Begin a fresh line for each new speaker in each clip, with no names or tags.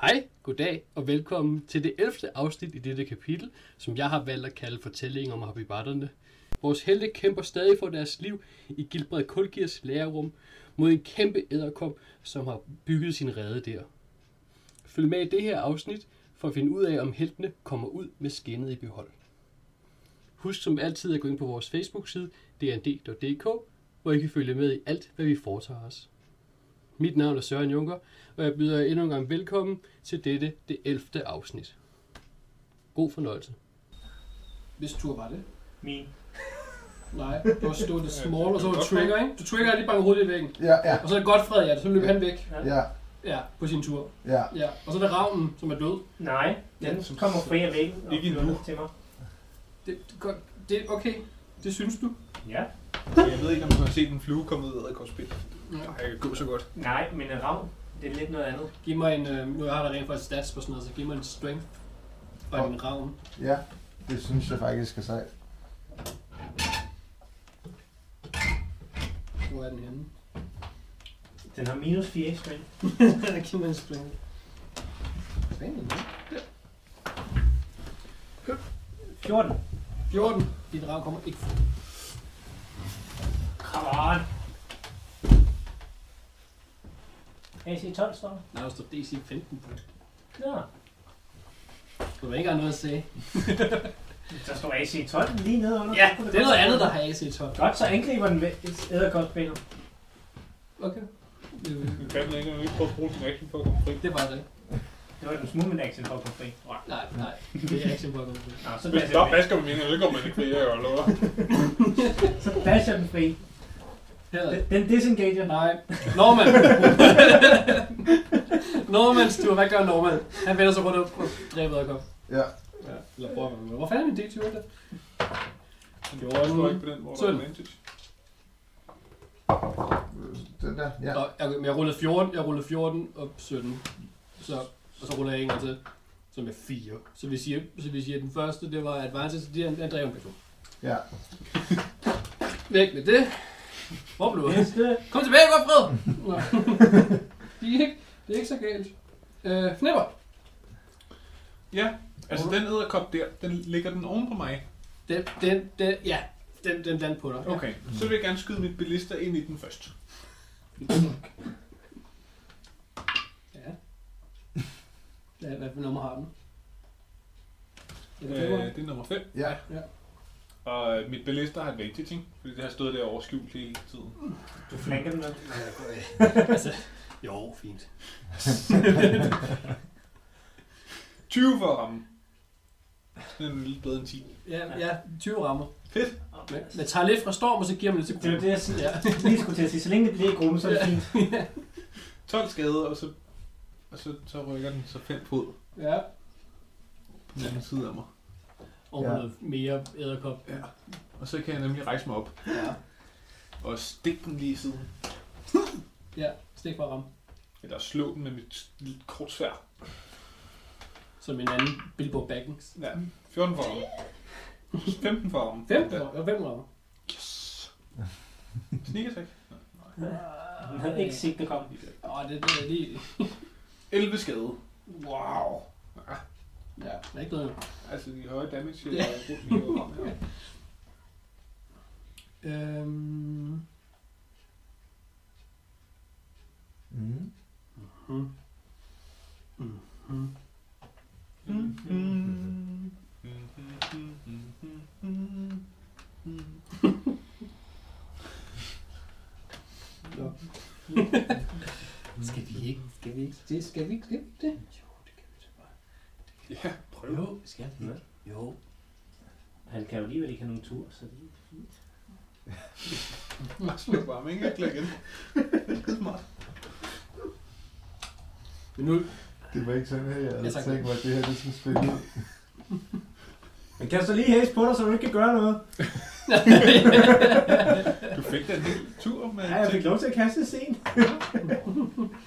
Hej, goddag og velkommen til det 11. afsnit i dette kapitel, som jeg har valgt at kalde fortællingen om Habibatterne. Vores helte kæmper stadig for deres liv i Gilbred Kulgiers lærerum mod en kæmpe æderkop, som har bygget sin rede der. Følg med i det her afsnit for at finde ud af, om heltene kommer ud med skinnet i behold. Husk som altid at gå ind på vores Facebook-side dnd.dk, hvor I kan følge med i alt, hvad vi foretager os. Mit navn er Søren Junker, og jeg byder jer endnu en gang velkommen til dette, det 11. afsnit. God fornøjelse. Hvis tur var det.
Min.
Nej, du har stået small, og så var du trigger, ikke? Du trigger lige banker hovedet i væggen.
Ja, ja,
Og så er det godt fred, ja, så løber han væk.
ja,
Ja, på sin tur.
ja.
Ja, og så er det ravnen, som er død.
Nej, den som kommer fri af væggen og
Ikke endnu.
flytter til mig.
Det, det, går- det er okay. Det synes du.
Ja.
Jeg ved ikke, om du har set en flue komme ud af æderkopspil.
Ja.
Nej, det går så godt.
Nej, men en ravn, det er lidt noget andet.
Giv mig en, øh, nu har der rent faktisk stats på sådan noget, så giv mig en strength og en ravn.
Ja, det synes jeg faktisk er sejt.
Hvor er den henne?
Den har minus 4 i strength.
giv mig en strength. Fanden, ja.
14.
14. Din ravn kommer ikke fra.
Come on. AC 12 står der.
Nej, der står DC 15 på.
Ja.
Du har ikke engang noget at sige.
Der står AC 12 lige nede under.
Ja, det er noget andet, der har AC 12.
Godt, så angriber den med et æderkopspil.
Okay. Det,
Du kan den ikke, ikke prøve at bruge din action på at komme fri.
det var det.
Det var den smule action for at komme fri. Wow.
Nej, nej. Det er action på
Nå, så
Hvis
dasher
du bare
den væk.
vasker med mine, så går man ikke fri, jeg lover.
Så dasher den fri.
Heller
Den-
ikke.
Den disengager.
Nej. Norman! Normans tur. Hvad gør Norman? Han vender sig rundt og og dræber og kom.
Ja,
Ja, eller prøver man. Hvor fanden er min D20 der?
Jeg står ikke på den, hvor der er
Sytten.
advantage.
øh, den der, ja.
Nå, jeg, men jeg rullede 14, jeg rullede 14 og 17. Så, og så ruller jeg en gang til, som er 4. Så vi siger, så vi siger at den første, det var advantage, så det er en dræber person.
Ja,
Væk med det. Hvor blev det?
Næste.
Kom tilbage, Godfred! Nå. det, er ikke, det er ikke så galt. Øh, fnipper.
Ja, altså den æderkop der, den ligger den oven på mig.
Den, den, den, ja. Den, den land på dig.
Okay, så vil jeg gerne skyde mit bilister ind i den først.
Ja. Hvad, hvad for nummer har den? Er det
Øh,
øh.
det er nummer 5.
ja.
Og øh, mit bilister har advantage, ikke? Fordi det har stået der overskjult hele tiden.
Du flanker den med.
altså, jo, fint.
20 for at ramme. Den er lidt bedre end 10.
Ja, ja, 20 rammer.
Og-
Men man tager lidt fra storm, og så giver man lidt til
Det var
gruppen.
det, jeg siger.
Ja.
lige skulle til at sige, så længe det bliver i gruppen, så er det fint.
12 skade, og så, og så, så rykker den så 5 fod
ja.
på den anden side af mig.
Og
Ja.
noget mere æderkop.
Ja, og så kan jeg nemlig rejse mig op
Ja.
og stikke den lige i siden.
Ja, stik for at ramme.
Eller slå den med mit lille kort svær.
Som en anden Bilbo Baggins.
Ja, 14 for ramme. 15 for ramme.
5
Ja.
rammer. 5 rammer.
Yes. Sneak attack.
Han havde ikke set det komme.
Åh, det, det er lige...
11 skade.
Wow. Ja, det er ikke noget.
Altså de høje damage,
Ja.
jeg har brugt lige over ramme her.
Øhm...
Mm.
Mm. Mm. Skal vi ikke? Skal vi ikke? Det skal vi ikke. Skal vi det? Jo, det kan vi så bare.
Ja, prøv.
Jo, skal vi ikke?
ikke?
Jo.
Han kan jo alligevel ikke have nogen tur, så det
Bare slå bare, men ikke klække igen. Det er skide smart.
Men nu,
Det var ikke sådan her, jeg havde
Ja, tak.
tænkt mig, at det her, det skulle spille ud.
Man kan så lige hæse på dig, så du ikke kan gøre noget.
Du fik den hele tur med
Ja, jeg fik lov til at kaste sten.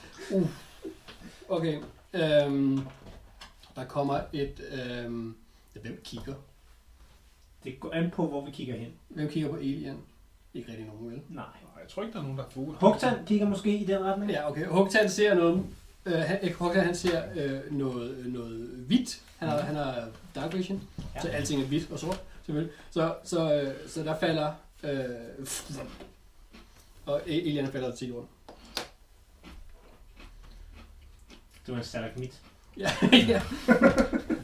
okay. Øhm, der kommer et... Øhm, ja, hvem kigger?
Det går an på, hvor vi kigger hen.
Hvem kigger på Alien? Ikke rigtig nogen, vel?
Nej.
Nej, jeg tror ikke, der er nogen, der har fokus.
Hugtan kigger måske i den retning.
Ja, okay. Hugtan ser noget Øh, han, jeg kan huske, at han ser øh, noget, noget hvidt. Han har, han har dark vision, Mm. ja. så alting er hvidt og sort, selvfølgelig. Så, så, øh, så der falder... Øh, og a- alien falder til jorden.
Du er en stalagmit.
Ja, ja.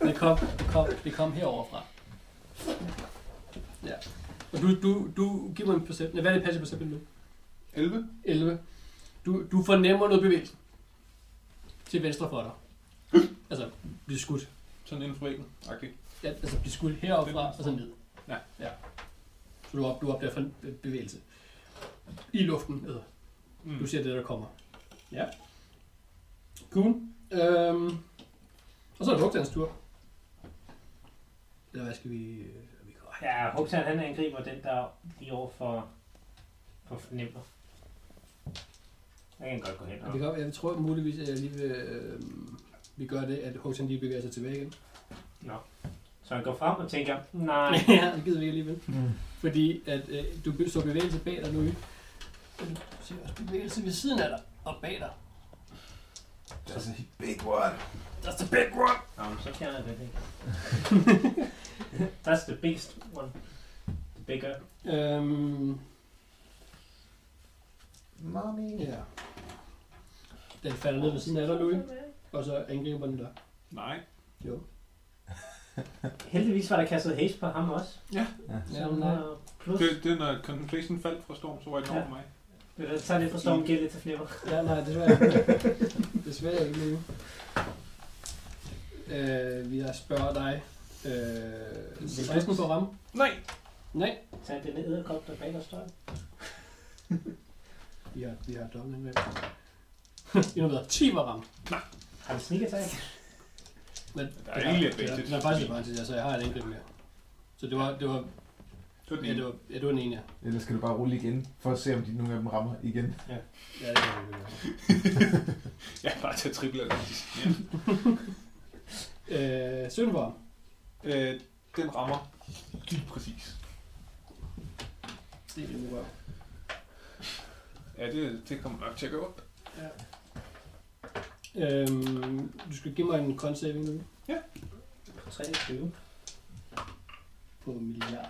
Det kom, kom, det kom herover fra. Ja. Og du, du, du giver mig en perception. Nej, Hvad er det passive perception nu?
11?
11. Du, du fornemmer noget bevægelse. Til venstre for dig. Altså, blive skudt.
Sådan inden for væggen. Okay.
Ja, altså, blive skudt heroppefra og så ned.
Ja.
ja. Så du, op, du opdager for bevægelse. I luften, altså.
Mm.
Du ser det, der kommer. Ja. Cool. Øhm, og så er det Hugtans tur. Eller hvad skal vi... øh, vi går-
Ja, Hugsan han angriber den, der er lige over for, for fornemmer. Jeg kan godt gå hen
Ja, det
og...
kan, godt være- jeg tror muligvis, at jeg lige vil, øh, vi gør det, at Hugtan lige bevæger sig tilbage igen.
Så han går frem og tænker, nej,
ja, det gider vi ikke alligevel.
Mm.
Fordi at øh, du be- så bevægelse bag dig nu. ikke? Men Du ser også bevægelse ved siden af dig og bag dig.
That's a big one.
That's the big one!
Nå, men så fjerner jeg den ikke. That's the biggest one. The bigger.
Øhm,
Mommy.
ja. Den falder ned ved siden af dig, Louis. Og så angriber den dig.
Nej.
Jo.
Heldigvis var der kastet haste på ham også.
Ja,
Så
nej.
ja, plus,
Det, det er, når concentration faldt fra Storm, så var det over
Ja.
mig.
det der øh, tager lidt for stormen giver lidt til flere.
Ja, nej, desværre ikke. desværre ikke lige. Øh, vi har spørger dig. Øh, 16 på ramme?
Nej!
Nej.
Tag den edderkop, der bag dig står.
Vi har, vi har dobbelt angreb. Endnu bedre. 10 var ramme.
Har du sneak attack?
Men
Der er egentlig
det er,
advantage.
det er faktisk advantage, altså jeg har et angreb mere. Så det var, det var,
Det var den
ja, det
ene.
var, ja, det var en ene, ja.
Ellers skal du bare rulle igen, for at se, om de, nogle af dem rammer igen.
Ja, det var en ene.
Jeg har bare taget triple atletisk. Ja.
Øh, 17 var ramme.
øh, den rammer lige præcis.
Det er endnu røv.
Ja, det, det kommer nok til at gå op.
Ja. Øhm, du skal give mig en con saving nu.
På 23.
På milliard.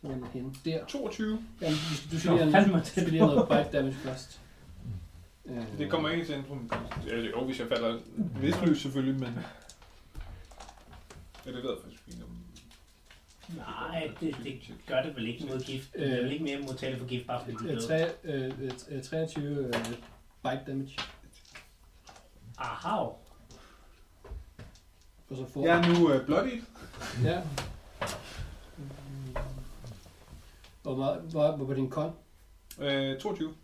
Så er den henne. Der.
22.
Jamen, du skal, du skal
Nå,
lige have
fandme
noget- du
tæt
skal lige have noget bite damage først. Øh,
Det kommer ikke i centrum. Ja, det er jo, hvis jeg falder vedsløs selvfølgelig, men... Ja, det ved jeg faktisk ikke om...
Nej, det, det gør det vel ikke mod gift. Det er vel ikke mere mod tale for gift, bare fordi du
øh,
er død.
tre- øh, øh, øh, 23 øh, bite damage.
Aha.
Og så får
Jeg er nu øh, bloody.
ja. Hvor, meget, hvor, hvor var din con?
Øh, 22.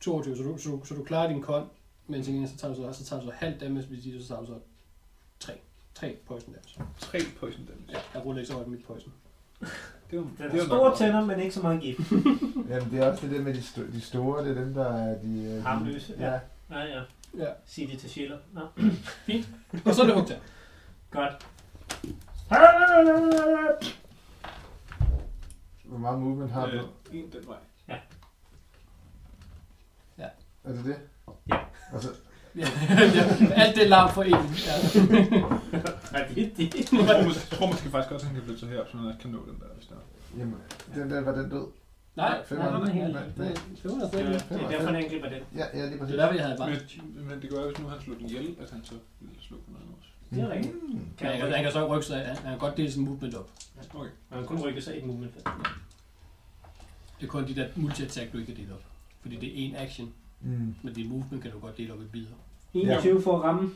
22, så du, så, du, så du klarer din con, men til gengæld så tager du så, så tager du så halv damage, hvis de så tager du så 3. 3 poison damage.
3 poison damage.
Ja, jeg ruller ikke så højt mit poison.
Det var,
Den
det
har
var
store
nok-
tænder, men ikke så meget gift.
Jamen, det er også det der med de, sto- de store, det er dem, der er de... øh, de-
Harmløse, ja.
Ja.
Nej, ja.
Ja.
Sig det til Schiller. Nå.
Og så er det Hugta.
Godt.
Hvor meget movement har du?
Øh, en den vej.
Er det det?
Ja.
Altså,
Ja, ja. Alt det larm for en. Ja.
Nej, det er det.
Jeg tror, måske, jeg tror måske faktisk godt, at han kan flytte sig herop, så han kan nå den der, hvis der er.
jamen, den der, var den død?
Nej,
Fem
nej,
var
den er helt-
Nej, nej.
Det er,
det
det er derfor, den angriber den.
Ja, ja, lige
er
præcis.
derfor, jeg havde advantage.
Men, men det gør, hvis nu han slår den ihjel, at han så vil slå den anden også.
Det er rigtigt.
Mm.
Ja, han, kan- han kan så rykke sig, han, han kan godt dele sin movement op.
Okay.
Man kan kun rykke sig et movement.
Det er kun de der multi-attack, du ikke kan dele op. Fordi det er en action,
Mm.
men din movement kan du godt dele op i bidder.
21 for at ramme.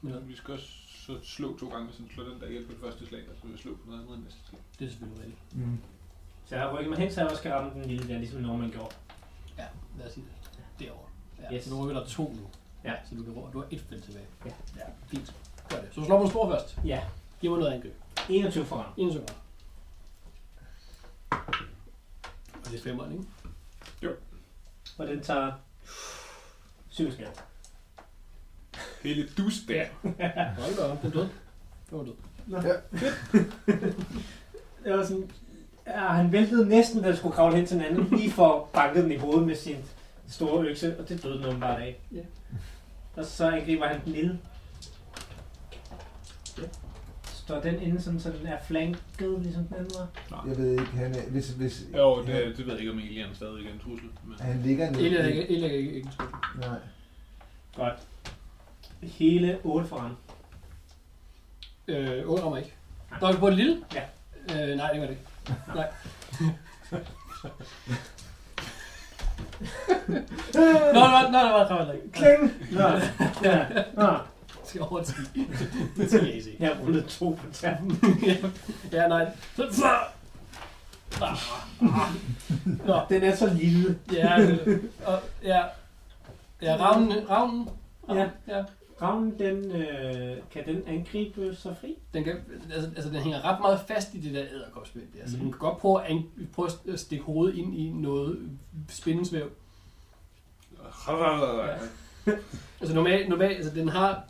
Men
Vi skal også så slå to gange, hvis han slår den der ihjel på det første slag, og så vil jeg slå på den anden i næste slag.
det er selvfølgelig rigtigt.
Mm.
Så jeg rykker mig hen, så jeg også skal ramme den lille der, ligesom Norman gjorde.
Ja, lad os sige det. Derovre. Ja,
Yes.
yes. så du rykker der to nu.
Ja.
Så du, kan, ro- du har et felt tilbage.
Ja.
ja. Fint. Gør det. Så du slår mod stor først.
Ja,
Giv mig noget angreb.
21 for at ramme.
En sekund. Og det er femmeren, ikke?
Og den tager 7 skade.
Hele dus der.
Hold da op, den er død. Den var død.
Jeg var sådan, ja, han væltede næsten, da han skulle kravle hen til den anden, lige for at banke den i hovedet med sin store økse, og det døde den åbenbart af.
Ja.
Og så angriber han den lille. Står den inde sådan, så den er flanket, ligesom den anden var?
Jeg ved ikke, han er, hvis, hvis
Jo,
han,
det, det ved jeg ikke, om Alien er stadig en trussel. Men...
han ligger ned.
Eli er ikke, Eli er ikke, ikke en trussel.
Nej.
Godt. Hele 8 for ham.
Øh, under mig ikke.
Nå, du på en lille?
Øh, nej, det var det. ikke. Nej.
Nå, nå, nå, der var der ikke.
Kling! Nå, ja. Nå,
Til over 10.
jeg har rullet to på tanden.
Ja, nej.
Den er så lille.
Ja, øh, og, ja. Ja, ravnen, ravnen.
Ja.
ja.
Ravnen, den, øh, kan den angribe sig fri?
Den, kan, altså, altså, den hænger ret meget fast i det der æderkopspind. Der. Så den kan godt prøve at, ang- prøve at stikke hovedet ind i noget spindensvæv. Altså normalt, normalt altså, den har,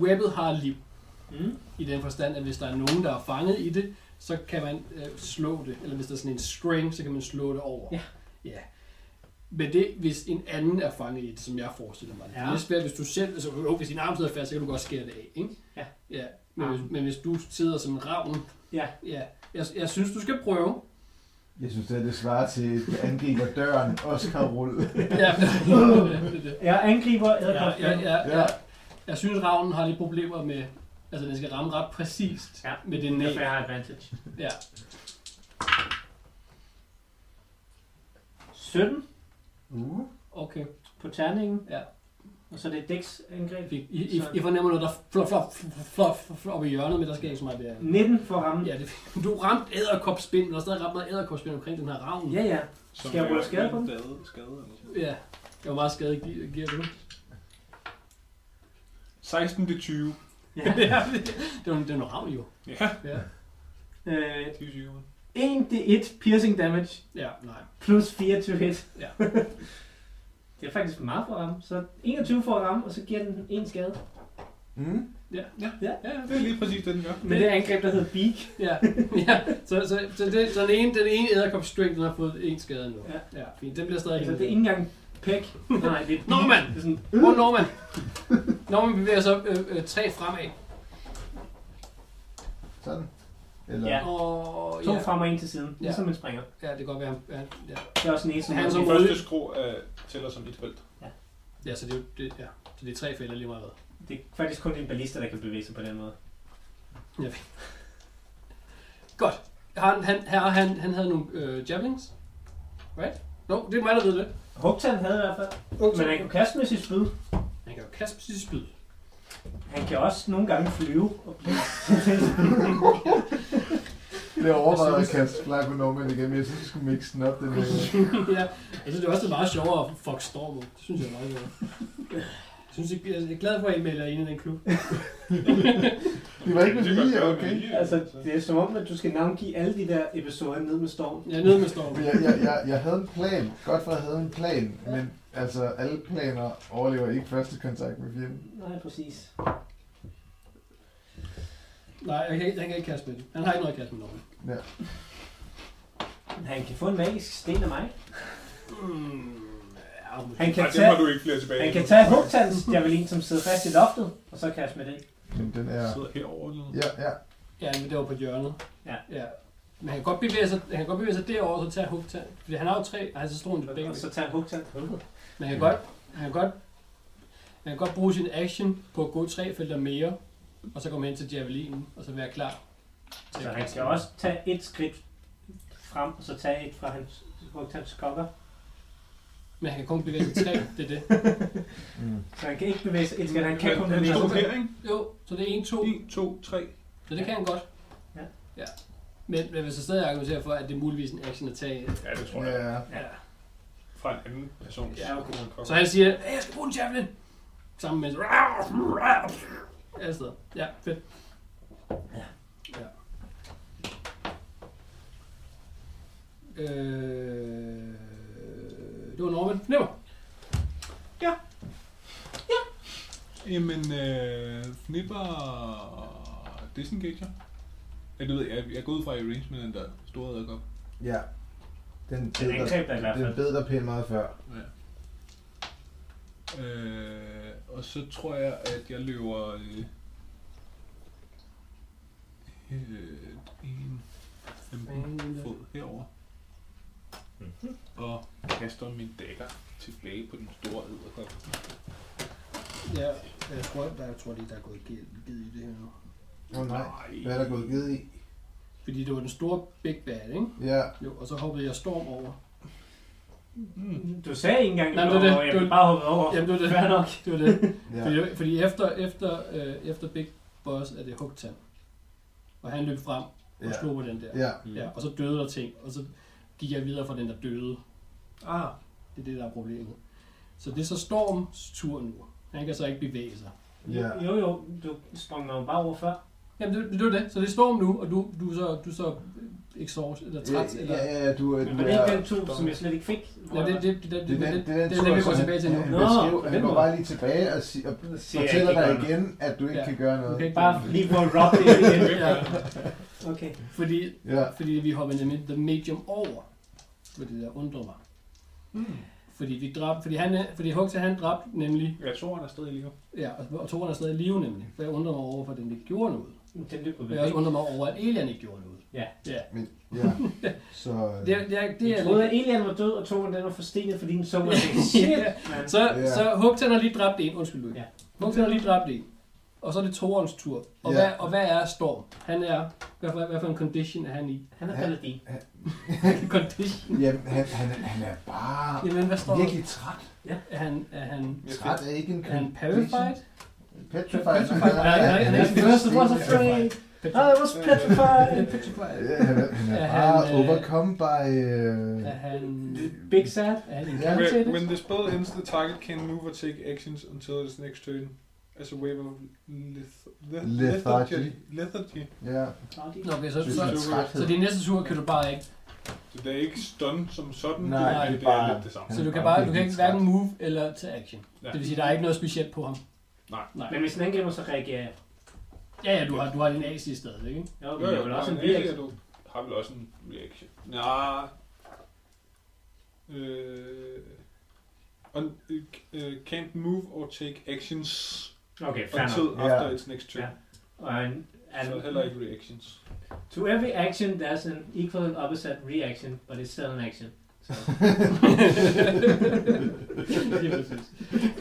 webbet har liv.
Mm.
I den forstand, at hvis der er nogen, der er fanget i det, så kan man øh, slå det. Eller hvis der er sådan en string, så kan man slå det over.
Ja.
ja. Men det, hvis en anden er fanget i det, som jeg forestiller mig. Det er
Ja.
lidt svært, hvis du selv... Altså, jo, hvis din arm sidder fast, så kan du godt skære det af, ikke?
Ja.
ja. Men, hvis, men hvis du sidder som en ravn...
Ja.
ja. Jeg, jeg synes, du skal prøve.
Jeg synes, det, er det svarer til, at du angriber døren, Oscar-rulle.
ja, men- det, er det.
Jeg angriber
Ja,
æderkopsbjørnen.
ja, ja,
Ja.
ja. Jeg synes, ravnen har lidt problemer med... Altså, den skal ramme ret præcist
Ja.
med det næb.
Derfor jeg har advantage.
Ja.
17
Uh.
Okay.
på terningen.
Ja.
Og så er det Dex angreb.
I, I, I fornemmer noget, der flop, flop, flop, flop op i hjørnet, men der sker ikke så meget der.
19 for rammen.
Ja, det, du ramte æderkopspind, men der er stadig ret meget æderkopspind omkring den her ravn.
Ja, ja.
Som
Skal jeg rulle
er
skade på den?
Skade, skade eller sådan.
Ja, det var meget skadet, gi- giver du.
16 til 20.
Ja, det, det var, det var en ravn jo.
Ja,
Ja,
Øh,
20 20.
1 d1 piercing damage.
ja nej.
Plus 4 to hit.
Ja.
det er faktisk meget for at ramme. Så 21 for at ramme, og så giver den en skade.
Mm.
Ja, ja,
Ja.
ja. ja.
Det er lige præcis det, den gør.
Med det angreb, der hedder Beak.
ja. ja. Så, så, så, det, så den ene, den ene æderkopstring, den har fået en skade nu.
Ja.
ja fint. Den bliver stadig
Altså,
hævet.
det er ikke engang pæk. Nej, det er beak.
Norman!
Det er sådan,
Hvor når man? Når man bevæger sig øh, øh, tre fremad.
Sådan. Eller,
Ja.
Og,
to
ja,
frem og en til siden, ligesom en springer.
ja, det kan godt være. Ja, ja.
Det er også en som
Han
er
er så-
Den
så...
første skrå uh, tæller som et felt.
ja så det, er jo- det, ja. så det er tre fælder lige meget. hvad.
Det er faktisk kun en ballister, der kan bevæge sig på den måde.
Han, han, her, han, han havde nogle øh, javelins. Right? No, det er mig, der ved det.
Hugtan havde i hvert fald,
Okay.
men han kan kaste med sit spyd.
han kan jo kaste med sit spyd.
Han kan også nogle gange flyve og blive
Det overvejede at kaste flag på Norman igen, men jeg synes, vi skulle mixe den op. Den her.
ja. Jeg synes, det er også det er meget sjovere at fuck Storm. op. Det synes jeg er meget sjovere. Jeg, synes, jeg, jeg er glad for, at I melder jer ind i den klub.
Det var ikke med
godt
vilje,
gøre,
okay?
men lige,
Altså, det er som om, at du skal navngive alle de der episoder ned med storm.
Jeg er nede med Storm.
Men Jeg, jeg, jeg, jeg havde en plan. Godt for, at jeg havde en plan. Men altså, alle planer overlever ikke første kontakt med fjenden.
Nej, præcis.
Nej, jeg kan, ikke- han kan ikke kaste med det. Han har ikke noget at kaste med Norman.
Han kan få en magisk sten af mig.
Mm, ja, måske.
Han kan
Ej, dem
tage-
har du ikke flere tilbage.
Han kan tage Hugtans javelin, som sidder fast i loftet, og så kaste med den.
Men den er...
Jeg sidder herovre. eller noget.
Ja, ja.
Ja, men det var på hjørnet.
Ja.
ja. Men han kan godt bevæge sig, han kan godt bevæge sig derover og så tage hugtand. Fordi han har jo tre, og han er så stor en begge.
Og så tager Hugtan.
Men han kan godt, han kan godt, han kan godt bruge sin action på at gå tre felter mere, og så komme hen til javelinen, og så være klar. til
Så
at
han
kaste
skal
den.
også tage et skridt frem, og så tage et fra hans, Hugtans kokker.
Men han kan kun bevæge sig tre, det er det.
Mm.
Så han kan ikke bevæge sig et skridt, han kan
Han
kun
han
bevæge
stod
sig.
her, ikke?
Jo, så det er en, to,
1, 2, 3.
så det kan han godt.
Ja.
ja. Men, men hvis jeg stadig argumenterer for, at det er muligvis en action at tage. øh,
Ja, det tror jeg.
Ja,
Ja.
Fra en anden person.
Ja, okay.
Så altså,
Så han siger, at jeg skal bruge en javelin. Sammen med... Alle steder. Ja, fedt. Ja. Øh, det var Norman. Nemmer.
Jamen, øh, fnipper disengager. Ja, det ved jeg. Jeg går ud fra i range med den der store æderkop.
ja. Den,
angreb dig i hvert fald.
den bed der pænt meget før.
Ja. Øh, og så tror jeg, at jeg løber... Øh, øh, en 15 fod herover. Og kaster min dækker tilbage på den store æderkop.
Ja, jeg tror, der, jeg tror lige, der er gået givet, givet i det her nu.
Åh oh, nej. Hvad er der gået givet i?
Fordi det var den store Big Bad, ikke?
Ja.
Jo, og så hoppede jeg Storm over.
Du sagde ikke engang,
Nej,
at
det er det.
jeg
Du-
blev bare hoppet over.
Jamen, det var det.
Fair nok.
Det var det.
ja.
Fordi, fordi efter, efter, øh, efter Big Boss er det Hugtan. Og han løb frem og
Ja.
slog på den der.
Ja.
ja. Og så døde der ting, og så gik jeg videre fra den, der døde.
Ah,
Det er det, der er problemet. Så det er så Storms tur nu. Han kan så ikke bevæge sig.
Ja.
jo jo, du sprang mig jo bare over før.
Jamen, det, det var det. Så det er Storm nu, og du, du er så, du er så øh, exhaust, eller træt,
Ja,
eller...
Ja, ja, du er...
Men
du
var det ikke
er-
den to, som jeg slet ikke fik?
Ja, det, det, det, det, det,
Det er den, det er den,
det, vi
tur,
går
som
tilbage til
han-
nu.
Han,
Nå,
beskriver,
på
han
den
går
måde.
bare lige tilbage og, sig, og
Siger jeg
fortæller
ikke
dig
gør noget.
igen, at du ikke
Ja.
kan gøre noget.
Okay,
Bare
bare
lige for at robbe det igen.
ja,
Okay.
fordi,
Ja.
fordi vi hopper nemlig The Medium over. Det var det, der undrer mig. Fordi, vi dræbte, fordi, han, fordi Huxa, han dræbte nemlig,
Jeg tror, han er stadig lige
ja, og, og Toren er stadig i live nemlig. For jeg undrer mig over, hvordan det gjorde noget.
Den løb på
Og jeg også undrer mig over, at Elian ikke gjorde noget.
Ja.
ja.
Men, ja. Så...
Det, er- det, er- det
Jeg
er
troede, at Elian var død, og Torben den var forstenet, fordi den så var shit, mand.
Så,
Ja.
så Hugtan har lige dræbt en. Undskyld, Louis.
Ja.
Ja. Hugtan har lige dræbt en. Og så er det Torens tur. Og,
Ja.
ja. hvad, og hvad er Storm? Han er... Hvad for, hvad for en condition er han i?
Han er paladin.
condition?
Jamen, han, han, er- han er bare
Jamen, hvad står der?
virkelig træt.
Er han, er han,
Træt er ikke en
er han parified?
Petrified.
Petrified. Ja, ja, ja.
Han er
First was afraid. I was petrified.
Petrified.
Ja, han er- han er
Er
bare
han, øh,
overcome by... øh,
Er han...
Big sad.
Er han
Ja.
When,
incapacitated?
when the spell ends, the target can move or take actions until its next turn as a wave of leth- leth-
Lethargy.
lethargy. lethargy.
Ja,
Nå, Okay, så,
det er
så,
sådan træthed.
så din næste tur kan du bare ikke.
Så det er ikke stun som sådan,
Nej,
men
det er
det er
bare-
lidt det samme.
Så du kan bare du kan ikke hverken move eller tage action.
Ja.
Det vil sige, der er ikke noget specielt på ham.
Nej.
Men hvis den angriber, så reagerer jeg.
Ja, ja, du har, du har din AC stadigvæk, ikke?
Jo,
Jo,
men jeg
jo,
vil
der
også
er
en
en
virkelig.
reaction. Du har vel også en reaction. Nej. Øh, un, øh, can't move or take actions
Okay, fair
until
nok.
after
Ja.
its next turn.
Ja. Og en,
Så
en,
heller ikke reactions.
to every action, there's an equal and opposite reaction, but it's still an action. Så
Det er præcis.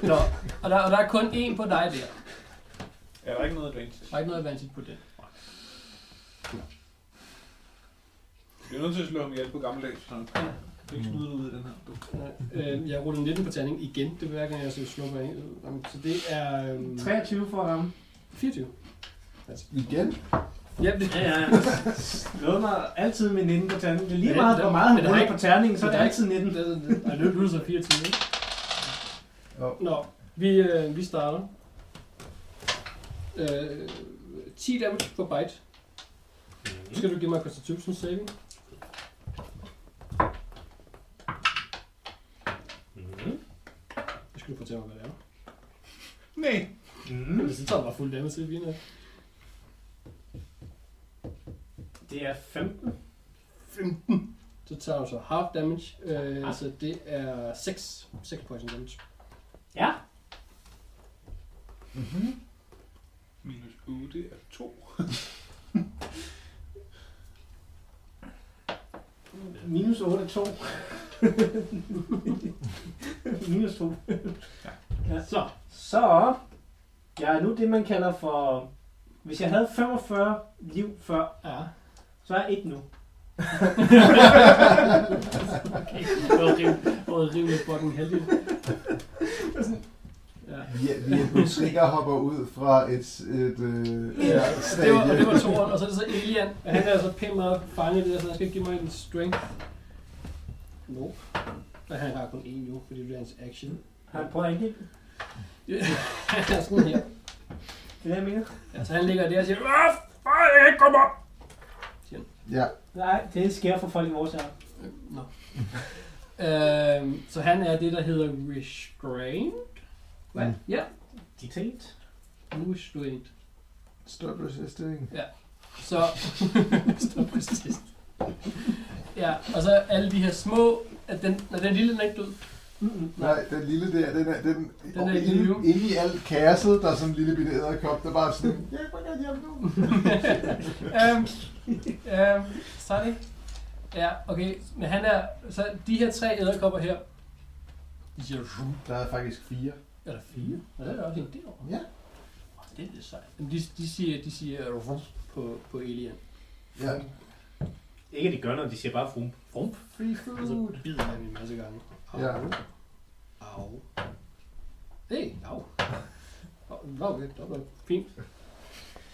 Nå, og der, og der er kun én på dig der.
Er der ikke noget advantage?
Der er ikke noget advantage på det.
Vi er nødt til at slå ham ihjel på gammeldags. så Han kan ikke snyde dig ud af den her. Du.
Øh, jeg ruller 19 på tanding igen. Det er hver gang, jeg så slukker en. Jamen, Så det er øhm,
23 for ham.
24.
Igen?
Ja, det,
Ja, ja. Noget mig altid med 19 på terningen. Det er lige
Men
meget,
der-
hvor meget han
men der er
ruller
ikke-
på terningen, så er
men der
det
er
altid 19.
jeg løb ud så 24, ikke?
Jo.
Nå, vi, øh, vi starter. Øh, 10 damage på bite. Nu skal du give mig Constitution saving. Mhm. Nu skal du fortælle mig, hvad det er.
Nej.
Mm.
Så tager du bare fuld damage til Vina.
Det er 15.
15. Så tager du så half damage. Øh, så det er 6. 6 poison damage.
Ja,
Minus 8 er 2.
minus 8 er 2. minus 2. ja. Så. Så. Jeg er nu det, man kalder for... Hvis jeg havde 45 liv før,
Ja.
så er jeg ikke nu.
Okay. Det var rimelig, det var rimelig fucking heldigt. Ja.
Ja, vi er på trigger hopper ud fra et, et øh, ja,
Det var, og
stadie.
det var toren, og så er det så Elian. Og han er altså pænt meget fanget i det der, så han skal give mig en strength. No. Og han har kun én jo, fordi det er hans action.
Har jeg prøvet at angribe? den?
Han er sådan her.
Det er det, jeg mener.
Ja, så han ligger der og siger, Hvad fuck, kom op!
Ja,
Nej, det sker for folk i vores alder.
Nå. øhm, så han er det, der hedder restrained. Hvad?
Mm.
Ja,
Detailed.
restrained.
stop resisting.
Så... Stop resist. Ja, og så alle de her små... At den, når den lille den er ikke død.
Mm-mm, nej.
Nej, den lille der, den er, den,
er
og
i
inde,
live.
inde i alt kasset, der er sådan en lille bitte æderkop, der bare er sådan, jeg må gerne hjem nu.
øhm, øhm, start ikke? Ja, okay. Men han er... Så de her tre æderkopper her... De siger... "Vroom."
Der er faktisk fire.
Eller fire? Ja, det er der også en derovre.
Ja.
Åh, Det er lidt sejt. Men De, de siger, de siger "Vroom" på, på alien.
Ja.
Ikke at de gør noget, de siger bare frum.
Rump.
Free
Og så
food.
bider han en masse gange. Au.
Ja.
Au. Hey, au. Nå, okay. Det var fint.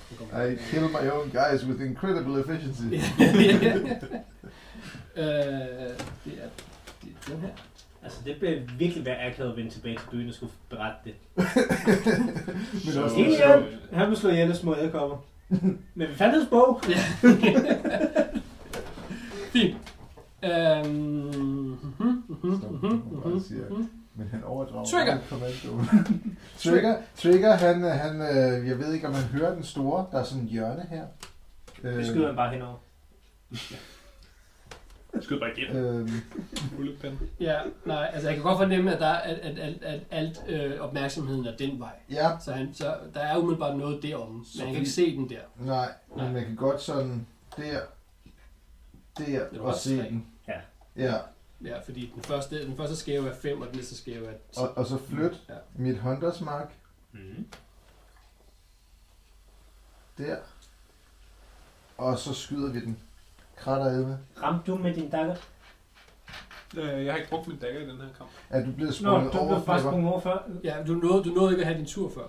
Så kommer
I kill my own guys with incredible efficiency.
Ja, ja. øh, det er, det er den her.
Altså, det bliver virkelig være akavet at vende tilbage til byen og skulle berette det.
Men også,
Helt hjem. Han blev slået ihjel af små æderkopper. Men vi fandt hans bog.
Fint. Øhm, mhm, mhm, mhm, mhm, mhm.
men han overdrager
Trigger.
meget kommandoen. Trigger, Trigger han, øh, han, øh, jeg ved ikke om han hører den store, der er sådan en hjørne her. Øh,
Det skyder han bare henover.
Skyd bare igen.
øh,
Bullet pen.
Ja, nej, altså jeg kan godt fornemme, at, der, er- at, at, at, at alt øh, opmærksomheden er den vej.
ja,
Så, han, så der er umiddelbart noget deromme, men
Så
han kan
vi-
ikke se den der.
nej,
Nej.
men man kan godt sådan der,
Det
der
var
og
også
se
tre.
den.
Ja.
Ja,
Ja, fordi den første, den første skæve er 5, og den næste skæve er 10.
og, og så flyt
Ja.
mit Hunters mark
Mm.
der, og så skyder vi den. Kratter med.
Ramte du med din dagger?
Øh, jeg har ikke brugt min dagger i den her kamp.
Er du blevet
Nå,
sprunget
du
over?
blev faktisk
Flipper?
sprunget over før.
Ja, du nåede, du nåede ikke at have din tur før.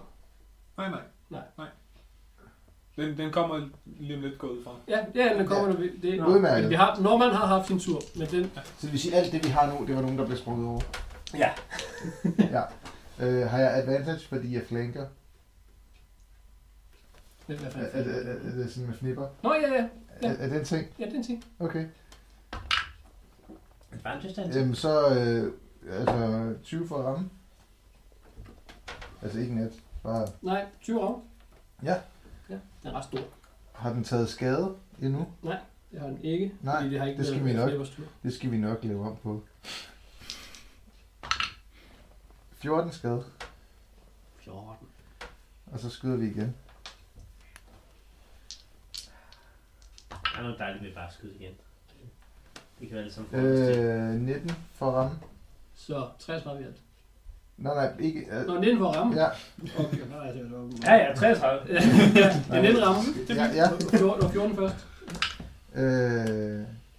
Nej, nej.
Nej.
nej. Den, den kommer lige om lidt gået ud fra.
Ja, ja den kommer, ja. det, det,
Udmærket.
men vi har, når man har haft sin tur, men den,
Så det vil sige, alt det vi har nu, det var nogen, der blev sprunget over.
Ja.
ja. Øh, har jeg advantage, fordi jeg flanker?
den er,
Er, er, er, er det sådan med fnipper?
Nå, ja, ja,
Ja. Er, er det en ting?
ja, den ting.
Okay.
Advantage, den.
Jamen så, øh, altså 20 for at ramme. Altså ikke net, bare
Nej, 20 år.
Ja.
Ja, den er ret stor.
har den taget skade endnu?
Det har den ikke,
Nej,
fordi det har ikke
det skal
været
vi nok.
Flippers tur.
Det skal vi nok lave om på. 14 skade,
14.
og så skyder vi igen.
Det er noget dejligt med bare at skyde igen. Det kan være lidt som øh...
Øh, 19 for at ramme.
Så 33 i alt.
Nej, nej, ikke... Øh,
Nå, 19 for at ramme.
ja,
Okay, nej, det var
Ja, ja, 33.
Ja, ja, den 19 rammer. Det
ja,
er
ja.
14, og 14 først.
Øh,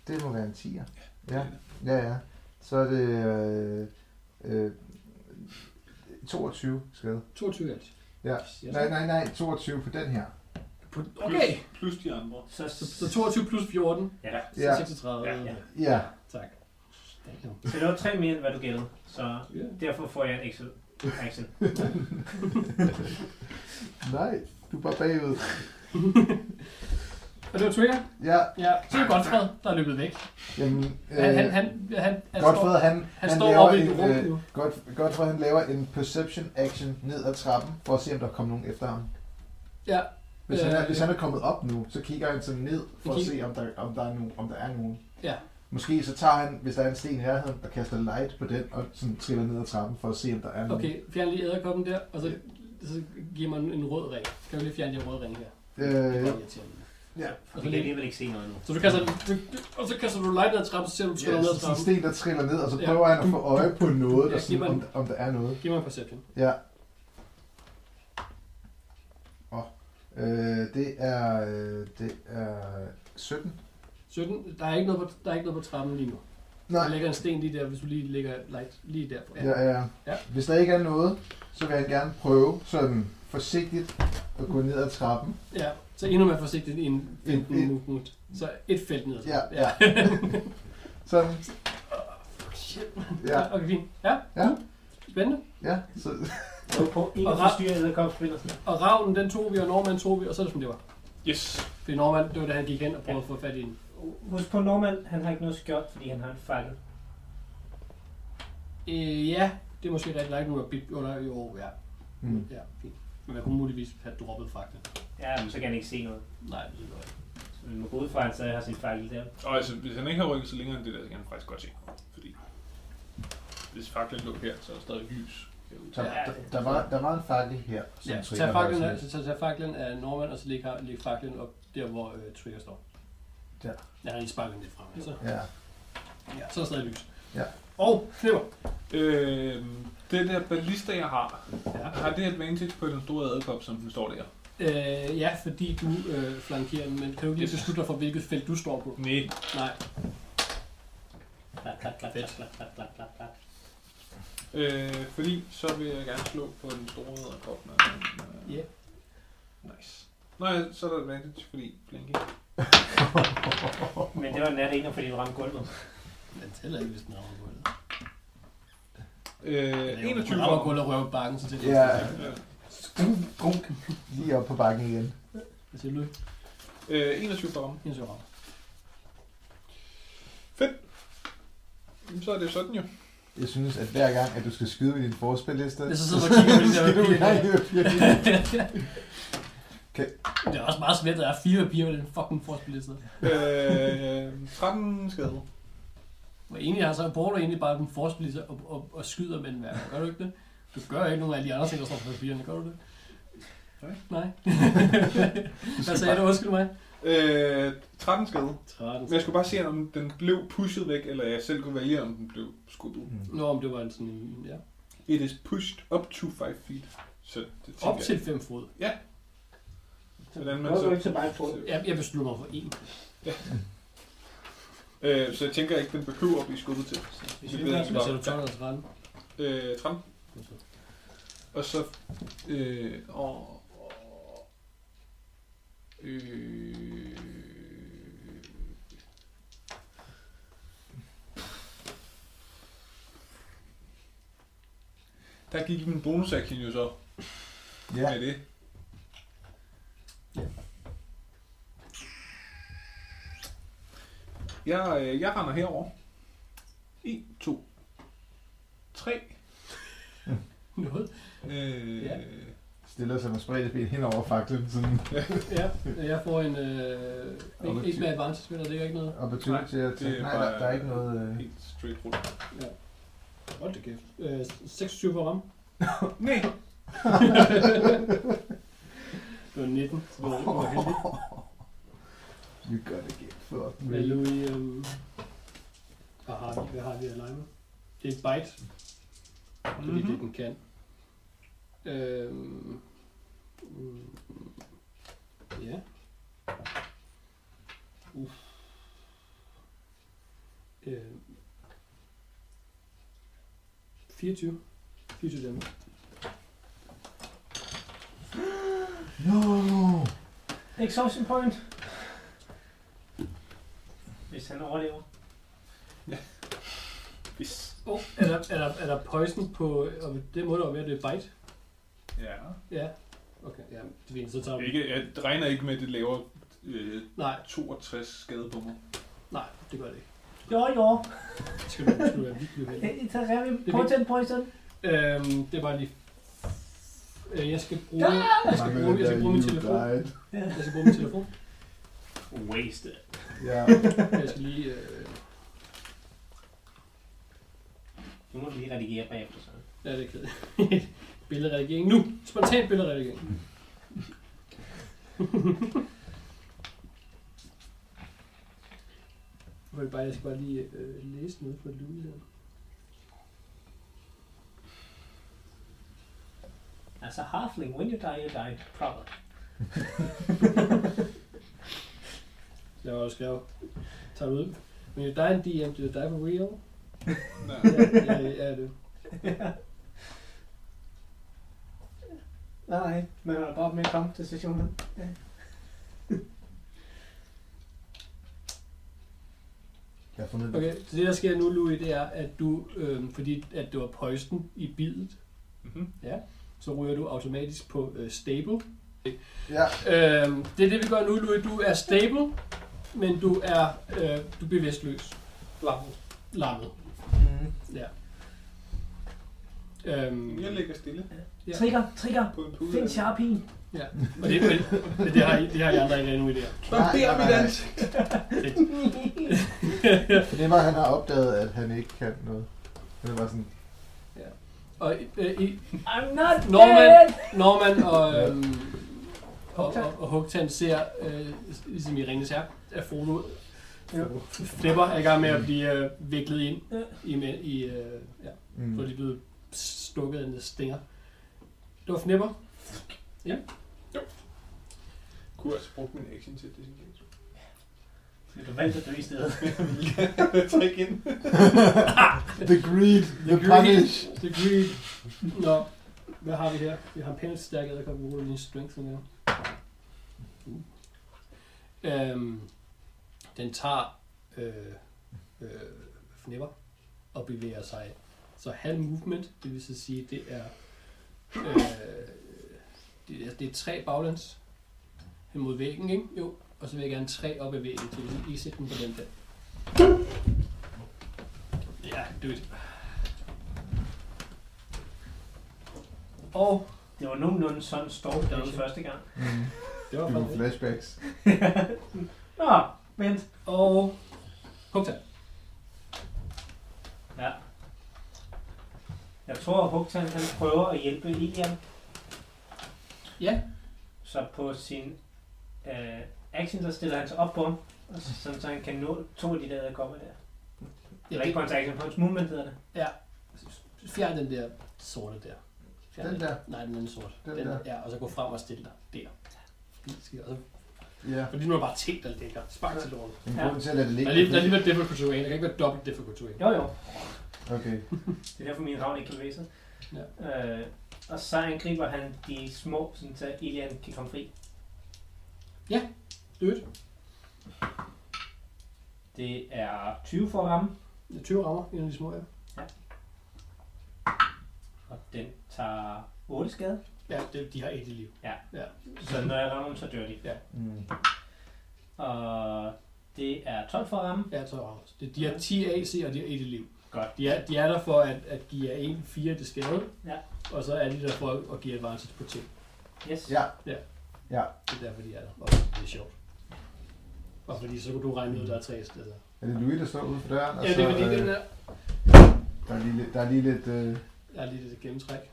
det må være en 10'er. Ja, ja, ja. Så er det øh, øh, 22 skade.
22 i alt.
Ja. Nej, nej, nej, 22 på den her.
Okay,
Plus, plus de andre.
Så,
så, så 22 plus 14,
ja.
så
Ja.
36.
Ja, ja.
Ja,
Tak. Damn.
så det var 3 mere, end hvad du gældede. Så
Ja.
derfor får jeg en extra action.
nej, du er bare bagud.
Og det var Trigger.
Ja,
Ja, så er det Godfred, der er løbet væk.
jamen...
Han, han, han, han, han, står,
Godfred, han,
han
Øh, han
står
laver
oppe i
en,
et rum
øh,
nu.
Godt, Godfred, han laver en perception action ned ad trappen, for at se, om der kommer nogen efter ham.
Ja.
Hvis, han er,
Øh,
hvis han er kommet op nu, så kigger han sådan ned, for at
kigger-
se, om der, om der, er, nogen, om der er nogen.
Ja.
Måske så tager han, hvis der er en sten i nærheden, og kaster light på den, og sådan triller ned ad trappen, for at se, om der er nogen.
Okay, fjern lige æderkoppen der, og så, så giver man en rød ring. Kan du lige fjerne den røde ring her? Det er
Øh,
bare irriterende.
ja.
Og
Vi
så,
kan
lige,
alligevel ikke se noget nu.
så du kaster, du, du, og så kaster du light ned ad trappen, så ser du, du
Ja,
skyder ned ad
sådan en
trappen.
sten, der triller ned, og så
Ja.
prøver han at få øje på noget,
Ja, giv
der sådan,
mig
om,
den.
om der er noget.
Giv mig en perception.
Ja. Øh, det er, øh, det er 17.
17. Der er ikke noget på, der er ikke noget på trappen lige nu.
Nej,
Der ligger en sten lige der, hvis du lige lægger light lige der. Ja.
Ja, ja.
Ja.
ja. Hvis der ikke er noget, så vil jeg gerne prøve sådan forsigtigt at gå ned ad trappen.
ja. Så endnu mere forsigtigt end 15
en-
movement. Så et felt ned. ad
Ja,
trappen.
ja. Sådan,
Shit.
ja,
Ja. Okay, fint. Ja.
Ja.
Spændende.
ja. Så,
Du får ikke
Og ret-
forstyrret æderkopspillet.
Og ravnen, den tog vi, og Norman tog vi, og så er det som det var.
Yes.
Fordi Norman, det var da han gik hen og prøvede at få fat i en.
Husk på, Norman, han har ikke noget skjold, fordi han har en fakkel.
Øh, ja, det er måske rigtigt. Der er ikke nogen, der bit under. Jo, ja.
mm.
Ja, fint. Men jeg kunne muligvis have droppet fakta.
Ja, men så kan han ikke se noget.
Nej, det er godt.
Så vi må gå ud fra, at han stadig har sin fakkel der.
Og altså, hvis han ikke har rykket så længere end det der, så kan han faktisk godt se. Fordi hvis faklen lå her, så er der stadig lys herude.
Så,
Ja,
der, der, var, der var en fakkel her, som
Ja, så
trigger
tag faklen, af,
højst
så tag faklen af Norman, og så læg, her- læg faklen op der, hvor øh, Trigger står.
Der.
Jeg har lige sparket den lidt frem. Så,
lidt. Ja.
ja, så er der stadig lys.
Ja.
Og knipper.
Øh, det der ballista, jeg har,
Ja.
har det advantage på den store æderkop, som den står der?
Øh, ja, fordi du øh, flankerer den, men kan du ikke lige beslutte dig for, hvilket felt du står på?
Nej.
Nej.
Øh, fordi så vil jeg gerne slå på den store æderkop. når den, øh,
Ja.
Nice. Nå ja, så er der advantage, fordi flanke.
Men det var nat en, fordi du ramte gulvet.
Den tæller ikke, hvis den rammer gulvet.
Øh, 21
Den rammer
for mig.
gulvet og røver bakken, så det
Ja.
Ja.
Drunk. Lige op på bakken igen.
Hvad siger du?
Øh, 21 for mig.
Ingen så rammer.
Fedt. Jamen, Så er det sådan jo.
Jeg synes, at hver gang, at du skal skyde med din forspilliste,
Ja, så sidder man og kigger på de der
skal du
papirer.
Nej, det er virkelig-
Det er også meget svært, at der er fire piger med den fucking forspilliste.
Øh, 13 skade.
Og egentlig har så bruger du egentlig bare den forspilliste og, og, og skyder med den hver. Gør du ikke det? Du gør ikke nogen af de andre ting, der står på papirerne. Gør du det?
Nej.
Nej.
Du
Hvad
skal
sagde du?
bare-
Undskyld mig.
Øh, 13 skade.
13.
Men jeg skulle bare se, om den blev pushet væk, eller jeg selv kunne vælge, om den blev skubbet.
Mm.
Nå, om det var en sådan en... Ja.
It is pushed up to 5 feet. Så det tænker
Op til 5 fod.
Hvordan man
Hvorfor
så-
ikke så bare på?
Jeg, jeg beslutter mig for en.
jeg. Øh, så jeg tænker ikke, den behøver at blive skubbet til.
Hvis
Det
vi
ved
ikke
jeg
har, så er
ikke.
du 12 eller 13.
Øh, 13. Og så... Øh, og, og- øh, der gik min bonusaction jo så
Ja,
med det.
Ja.
Jeg, øh, jeg render herover. 1, 2, 3.
Noget.
Øh,
Ja.
stiller sig med spredte ben hen over faklen, sådan
Ja, jeg får en... Øh, ikke, ikke med advantage, men det er ikke noget.
op ad tyve
Nej,
til at
det er
tænke, nej,
bare-
der, der er ikke noget... Øh,
Helt straight rundt.
Ja.
Hold da kæft.
Øh, 26 for ram.
Nej.
Det var 19. Det var, det var heldigt.
you got it again, fuck me.
Hvad er Louis... Øh, hvad har vi? Hvad har vi at lege med? Det er et bite, fordi mm-hmm. det er det,
Mm-hmm.
den kan. Øhm, mm, ja. Uff. Øhm, 24. 24 damage.
No!
Exhaustion point. Hvis han overlever.
Hvis.
Oh, er, der, er, der, er der poison på... Og det må der jo være, det er bite.
Ja.
Ja. Okay, ja, det er så tager vi.
Ikke, jeg regner ikke med, at det laver øh,
Nej,
62 skade på mig.
nej, det gør det ikke.
Jo, jo.
Det skal du, det skal du være virkelig uheldig.
Det tager jeg med
Det er
potent poison.
Øhm, det var lige... Øh, jeg skal bruge...
Jeg
skal bruge- jeg skal bruge min telefon. Jeg skal bruge min telefon.
Wasted.
Ja,
Jeg skal lige... Øh,
Nu må du lige redigere bagefter så.
ja, det er kedeligt. billedredigering nu! Spontan billedredigering. Jeg, vil bare, jeg skal bare lige øh, læse noget for Louis her.
Altså halfling, when you die, you die. Proper.
Jeg har også skrevet. Tag det ud. Men det er dig en DM, det er dig for real.
Nej.
Ja, ja, ja, det.
Nej, nej. Men han er bare med at komme til stationen.
jeg har fundet det.
Okay, så det der sker nu, Louis, det er, at du, øh, fordi at det var poison i bidet,
Mm-hmm.
så ryger du automatisk på øh, stable.
Ja,
Øhm, det er det, vi gør nu, Louis. Du er stable, men du er øh, du er bevidstløs. Lammet. Lammet,
mm,
ja. Øhm,
Jeg ligger stille
Ja.
Trigger, trigger.
på en pude.
Find sharpie.
og det, men, men det, har, I- det har I andre ikke endnu idéer.
Barber
Nej, nej,
mit
nej.
ansigt.
for det var, at han har opdaget, at han ikke kan noget. Det var sådan,
og øh, i,
I'm not
Norman,
dead!
Norman og, øh, og, og, og Hugtan ser, øh, ligesom i Ringens Herre, at Frodo
Ja.
flipper er i gang med at blive øh, viklet ind
Ja.
i, med, i øh, ja,
Mm.
hvor de er blevet stukket af en stænger. Det var Flipper.
Kunne jeg altså brugt min action til disengage?
Du valgte at dø i stedet.
Træk ind.
The greed, the, punish.
The Greed. Nå, hvad har vi her? Vi har en pænt stærk adkomst. Vi ruller lige en strength med. Øhm, den tager øh, øh, fnipper og bevæger sig. Så halv movement, det vil så sige, det er, øh, det, er, det er tre baglands hen mod væggen, ikke? Jo, og så vil jeg gerne tre op ad væggen, så jeg vil ikke sætte den på den der. Ja, do it. Og
Det var nogenlunde sådan Storm døde
Okay.
første gang.
Mm.
det var
Du har
faktisk
flashbacks.
Nå, vent.
Og Hugtan.
Ja. Jeg tror, at Hugtan han prøver at hjælpe Lilian.
Ja.
Så på sin øh, action, der stiller han sig op på ham, og så, sådan, så han kan nå to af de der æderkopper der.
Ja,
Eller ikke på hans action, på hans movement hedder det.
det- Fjern den der sorte der. Fjern
Den der?
Nej, den anden sorte.
Den der?
Ja, og så gå frem og stille dig der. Skidt, Og så,
Ja.
fordi nu er det bare ting, der ligger. Spark til lorten.
En
Ja.
grund til at lade det
Der
ligge.
er lige- der er alligevel difficult terrain. Der kan ikke være dobbelt difficult terrain.
Jo jo,
Okay.
det er derfor min ravn ikke kan bevæge sig.
Ja.
Øh, og så angriber han de små, sådan, så Ilian kan komme fri.
Dødt.
Det er 20 for at ramme,
Det er 20 rammer, en af de små, ja.
og den tager 8 skade.
Ja, det, de har et i liv.
Så når jeg rammer dem, så dør de.
Mm.
Og det er 12 for at ramme.
Ja, 12 rammer. Det, de har 10 AC, og de har et i liv.
Godt.
De er, de er der for at, at give jer 1, 4 det skade.
Ja.
Og så er de der for at, at give advantage på ting.
Yes.
Ja.
Det er derfor, de er der. Og det er sjovt. Og fordi så kunne du regne ud, at der er tre steder.
Er det Louis, der står ude for døren?
Ja, det er fordi,
øh,
den er...
der, er lige, lidt- der er lige lidt... Øh,
Der er lige lidt gennemtræk.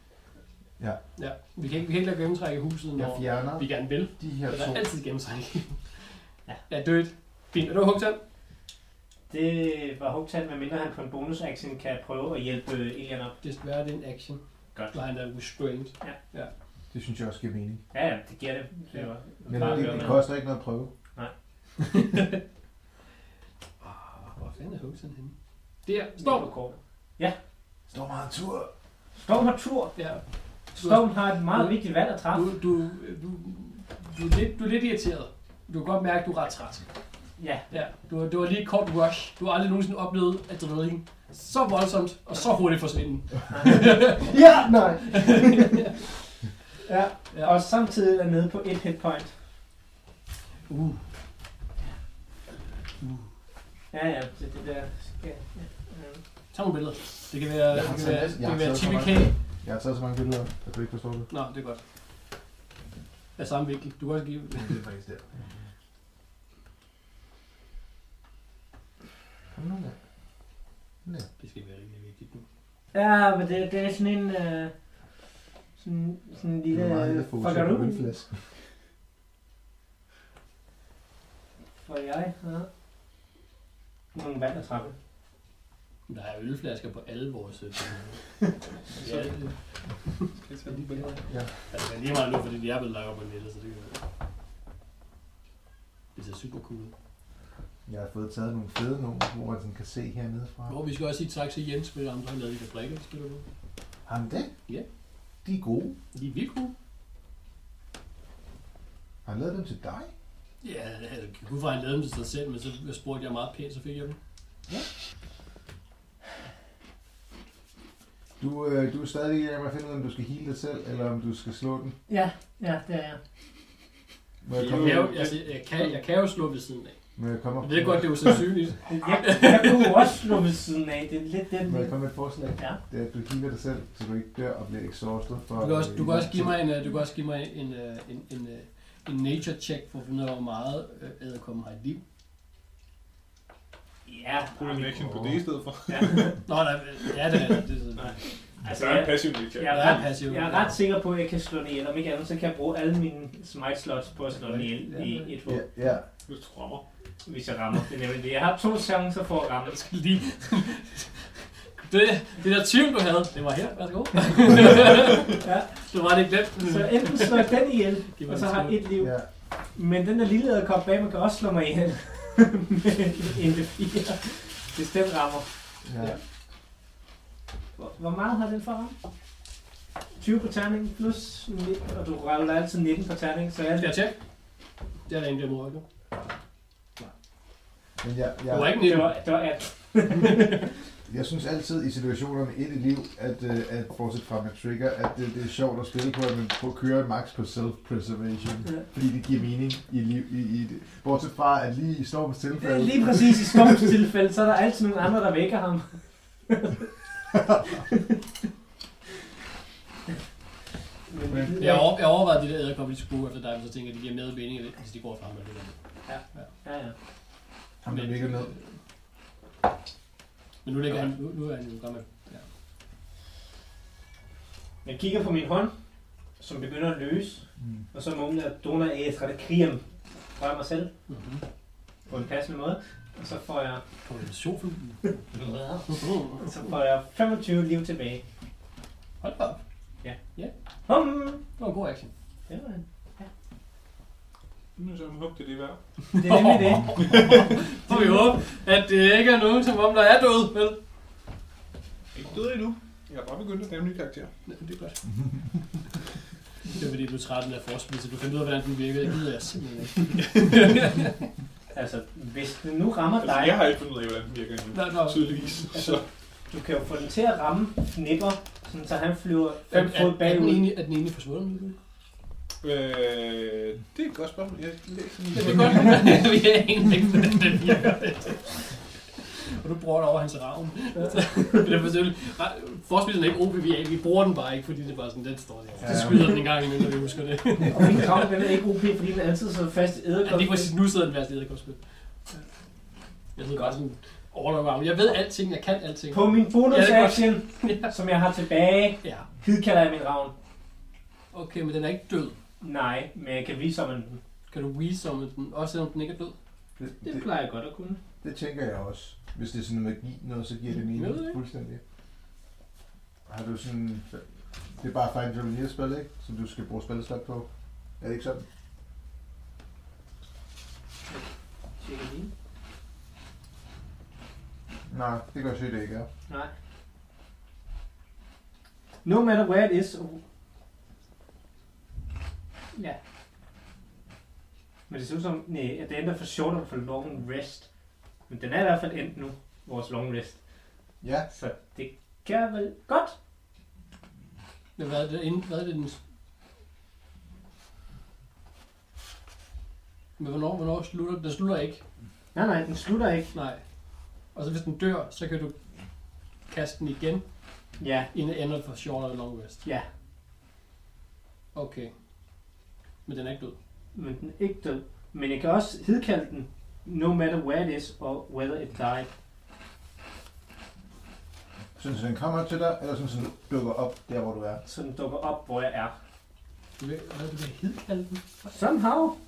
Ja.
ja. Vi kan ikke, vi kan ikke lade gennemtræk i huset,
jeg
når
fjerner
vi gerne vil.
de her
Men der
to.
er altid gennemtræk.
Ja.
ja dødt. Fint. Er du hugtand?
Det var Hugtan, medmindre han på en bonus action kan prøve at hjælpe Elian op.
Desværre, det er en action.
Godt.
Når han er restrained.
Det synes jeg også giver mening.
Ja, ja, det giver det. Det var
Men
bare
det,
at høre
det
med.
koster ikke noget at prøve.
Åh, Ah, Hvor fanden er hugtand henne? Der.
Storm
Storm.
er kort.
Står meget en tur.
Storm har tur.
Ja.
Storm har et meget vigtigt valg at træffe.
Du, du, du, du, er lidt, du er lidt irriteret. Du kan godt mærke, at du er ret træt.
Ja,
Ja, det var, det var lige et kort rush. Du har aldrig nogensinde oplevet adrenalin så voldsomt og så hurtigt forsvinde.
ja nej. ja.
Ja.
Og samtidig er nede på et hit point.
Uh.
Ja, ja, det, det der skal... Ja. øhm.
Tag nogle billeder. Det kan være,
Jeg
det
har
kan
taget
være,
masser-
det
jeg har
kan være
taget så
10
mange. Jeg har taget så mange billeder, at du ikke forstår det.
Nå, det er godt. Af samme vinkel. Du kan også give...
Men det er faktisk der. Kom nu, mand.
Det skal være rimelig vigtigt nu.
Ja, men det, det er sådan en... Øh, sådan, sådan en
Det
lille...
er meget lidt
fucker
fokuseret
du?
på ølflasken.
For jeg har nogle valg at træffe.
Men Der er ølflasker på alle vores... øh, ja, det, det,
Skal jeg tage den billede?
altså, det er lige meget nu, fordi de er blevet lagt op på nettet, så det kan være. Det ser super cool ud.
Jeg har fået taget nogle fede nogle, hvor man sådan kan se hernede fra.
Og vi skal også sige tak til Jens, for ham, der har lavet de der brikker, skal du vide.
Har han det?
Ja.
De er gode.
De er vildt gode.
Har han lavet dem til dig?
Ja, jeg kan ud fra, at han lavede dem til sig selv, men så spurgte jeg meget pænt, så fik jeg dem.
Du, øh, du er stadig i gang med at finde ud af, om du skal heale dig selv, eller om du skal slå den.
Ja, ja, det er jeg.
Må
Jeg
jeg
kan,
komme,
jo, altså, jeg, kan, jeg kan jo slå ved siden af.
må jeg komme op?
Jeg ved godt, det er usandsynligt.
Jeg, jeg kunne også slå ved siden af. Det er lidt den...
Må jeg komme med et forslag?
Ja.
Det er, at du healer dig selv, så du ikke dør og bliver exhausted. For,
Du kan også,
øh,
du kan også give
tid.
mig en, øh, du kan også give mig en, øh, en, en, øh, en nature check for at finde ud af, hvor meget øh, æderkommen har i liv.
Ja.
Brug en action på det i stedet for.
ja.
Nå, der, ja, det er det. det er sådan.
Altså,
der er en
jeg,
passiv militær.
jeg,
Der
er
er en
ret,
passiv.
jeg er ret sikker på, at jeg kan slå den ihjel. Om ikke andet, så kan jeg bruge alle mine smite slots på at slå den ihjel i et hug,
Ja, ja.
Hvis du rammer.
hvis jeg rammer. Det er nemlig det. Jeg har to chancer for at ramme.
skal lige... Det, det der tvivl, du havde, det var her. Værsgo.
Ja. Mm.
Du var det glemt.
Så enten slår jeg den ihjel,
Giv mig
og så
en
har jeg
tvivl.
et liv.
ja.
Men den der lille æderkop bag mig kan også slå mig ihjel. en D4. Hvis den rammer.
ja.
Hvor- Hvor meget har den for ramme? 20 på terning plus 19, og du ruller altid 19 på terning, så
Skal
jeg...
jeg tjekke? Det er der en, der må rykke.
Men jeg,
Du var
jeg,
ikke
Det
nede.
var, det var 18.
jeg synes altid i situationer med et i liv, at, øh, at bortset fra med trigger, at det, det er sjovt at spille på, at man prøver at køre max på self-preservation,
Ja.
fordi det giver mening i liv. I, i det. Bortset fra, at lige i Storms tilfælde,
Lige præcis i Storms tilfælde, så er der altid nogle andre, der vækker ham. Men,
Men-
Jeg, over, jeg overvejede de der æderkopper, de skulle gå efter dig, men så tænker jeg, det giver mere mening, hvis de går frem med det der.
Ja, ja.
ham der ligger ned.
Men nu ligger han, nu, nu er han jo gammel.
Jeg kigger på min hånd, som begynder at løse,
Mm.
og så mumler jeg Dona Æsra, det kriger fra mig selv
Mm-hmm.
på en passende måde. Og så får jeg,
På en sofa.
så får jeg 25 liv tilbage.
Hold da op.
Hum!
Det var en god action.
Det var en
Nu så jeg håber, det er det værd.
Det er nemlig det.
Så vi håbe, at det ikke er nogen, som om der er død, vel?
Ikke død endnu. Jeg har bare begyndt at lave nye karakterer.
Nej, det er godt. det var fordi, du er træt af forspil, så du fandt ud af, hvordan den virkede. Det gider jeg simpelthen ikke.
Altså, hvis den nu rammer
Altså, jeg
dig,
har ikke fundet ud af, hvordan den virker endnu.
Nå, nå.
Tydeligvis. Så
du kan jo få den til at ramme Fnipper, sådan, så han flyver
Er,
fem fod
er, er, den
bagud.
egentlig, er den egentlig forsvundet? nu?
øh, det er et godt spørgsmål. Jeg læser lige.
Det er godt, men vi er egentlig ikke, hvordan den virker. Og du bruger det over hans ravn. det er for selvfølgelig, forspillet er ikke OPVA, vi bruger den bare ikke, fordi det er bare sådan, den står der. Så
Ja.
skyder den en gang imellem, når vi husker det.
Og min kram, den er ikke OP, fordi den altid sidder fast i
Ja, lige
æderkoppen.
præcis nu sidder den værste æderkopspil. Jeg sidder bare sådan all around. Jeg ved alting, jeg kan alting.
På min bonus
Ja, det er godt.
action, som jeg har tilbage,
Ja,
hidkalder jeg min ravn.
okay, men den er ikke død.
Nej, men jeg kan vise om den.
Kan du resumme den, også selvom den ikke er død?
Det,
Det
det,
plejer jeg godt at kunne.
det, tænker jeg også. Hvis det er sådan noget magi noget, så giver det
Jeg ved det
mening
ikke.
fuldstændig. Har du sådan... Det er bare Find Your spil, ikke? Som du skal bruge spillestat på. Er det ikke sådan?
Tjekke lige.
Nej, det kan jeg se, det ikke er.
Nej. No matter where it is. Ja. Men det ser ud som, nej, at det ender for short og for long rest. Men den er i hvert fald endt nu, vores long rest.
Ja,
Så det kan vel godt.
Men hvad er det, inden, hvad er det den... Men hvornår, hvornår slutter den? Den slutter ikke.
Nej, nej, den slutter ikke.
Nej. Og så hvis den dør, så kan du kaste den igen,
Ja,
inden det ender for short og long rest.
ja.
Okay. Men den er ikke død.
Men den er ikke død. Men jeg kan også hidkalde den, no matter where it is, or whether it died.
sådan så den kommer til dig, eller sådan så den dukker op der, hvor du er.
Så den dukker op, hvor jeg er.
Du vil, hvad du vil hidkalde den?
Somehow.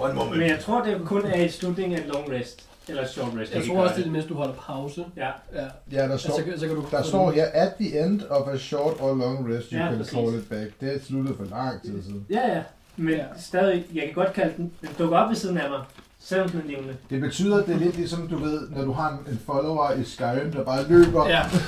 One moment.
Men jeg tror, det kun er i slutningen af en long rest. Eller short rest.
Jeg
kan
tror
gøre
også, det er mens du holder pause.
Ja,
Ja. Altså,
Ja, der
Så,
står,
så, kan- så kan du...
der står her, at the end of a short or long rest, you
Ja,
can
præcis.
call it back. Det er sluttet for lang tid siden.
ja, ja. Men
Ja.
ja. stadig, jeg kan godt kalde den, den dukker op ved siden af mig, selvom den er levende.
Det betyder, at det er lidt ligesom, du ved, når du har en, en follower i Skyrim, der bare løber.
Ja. Så,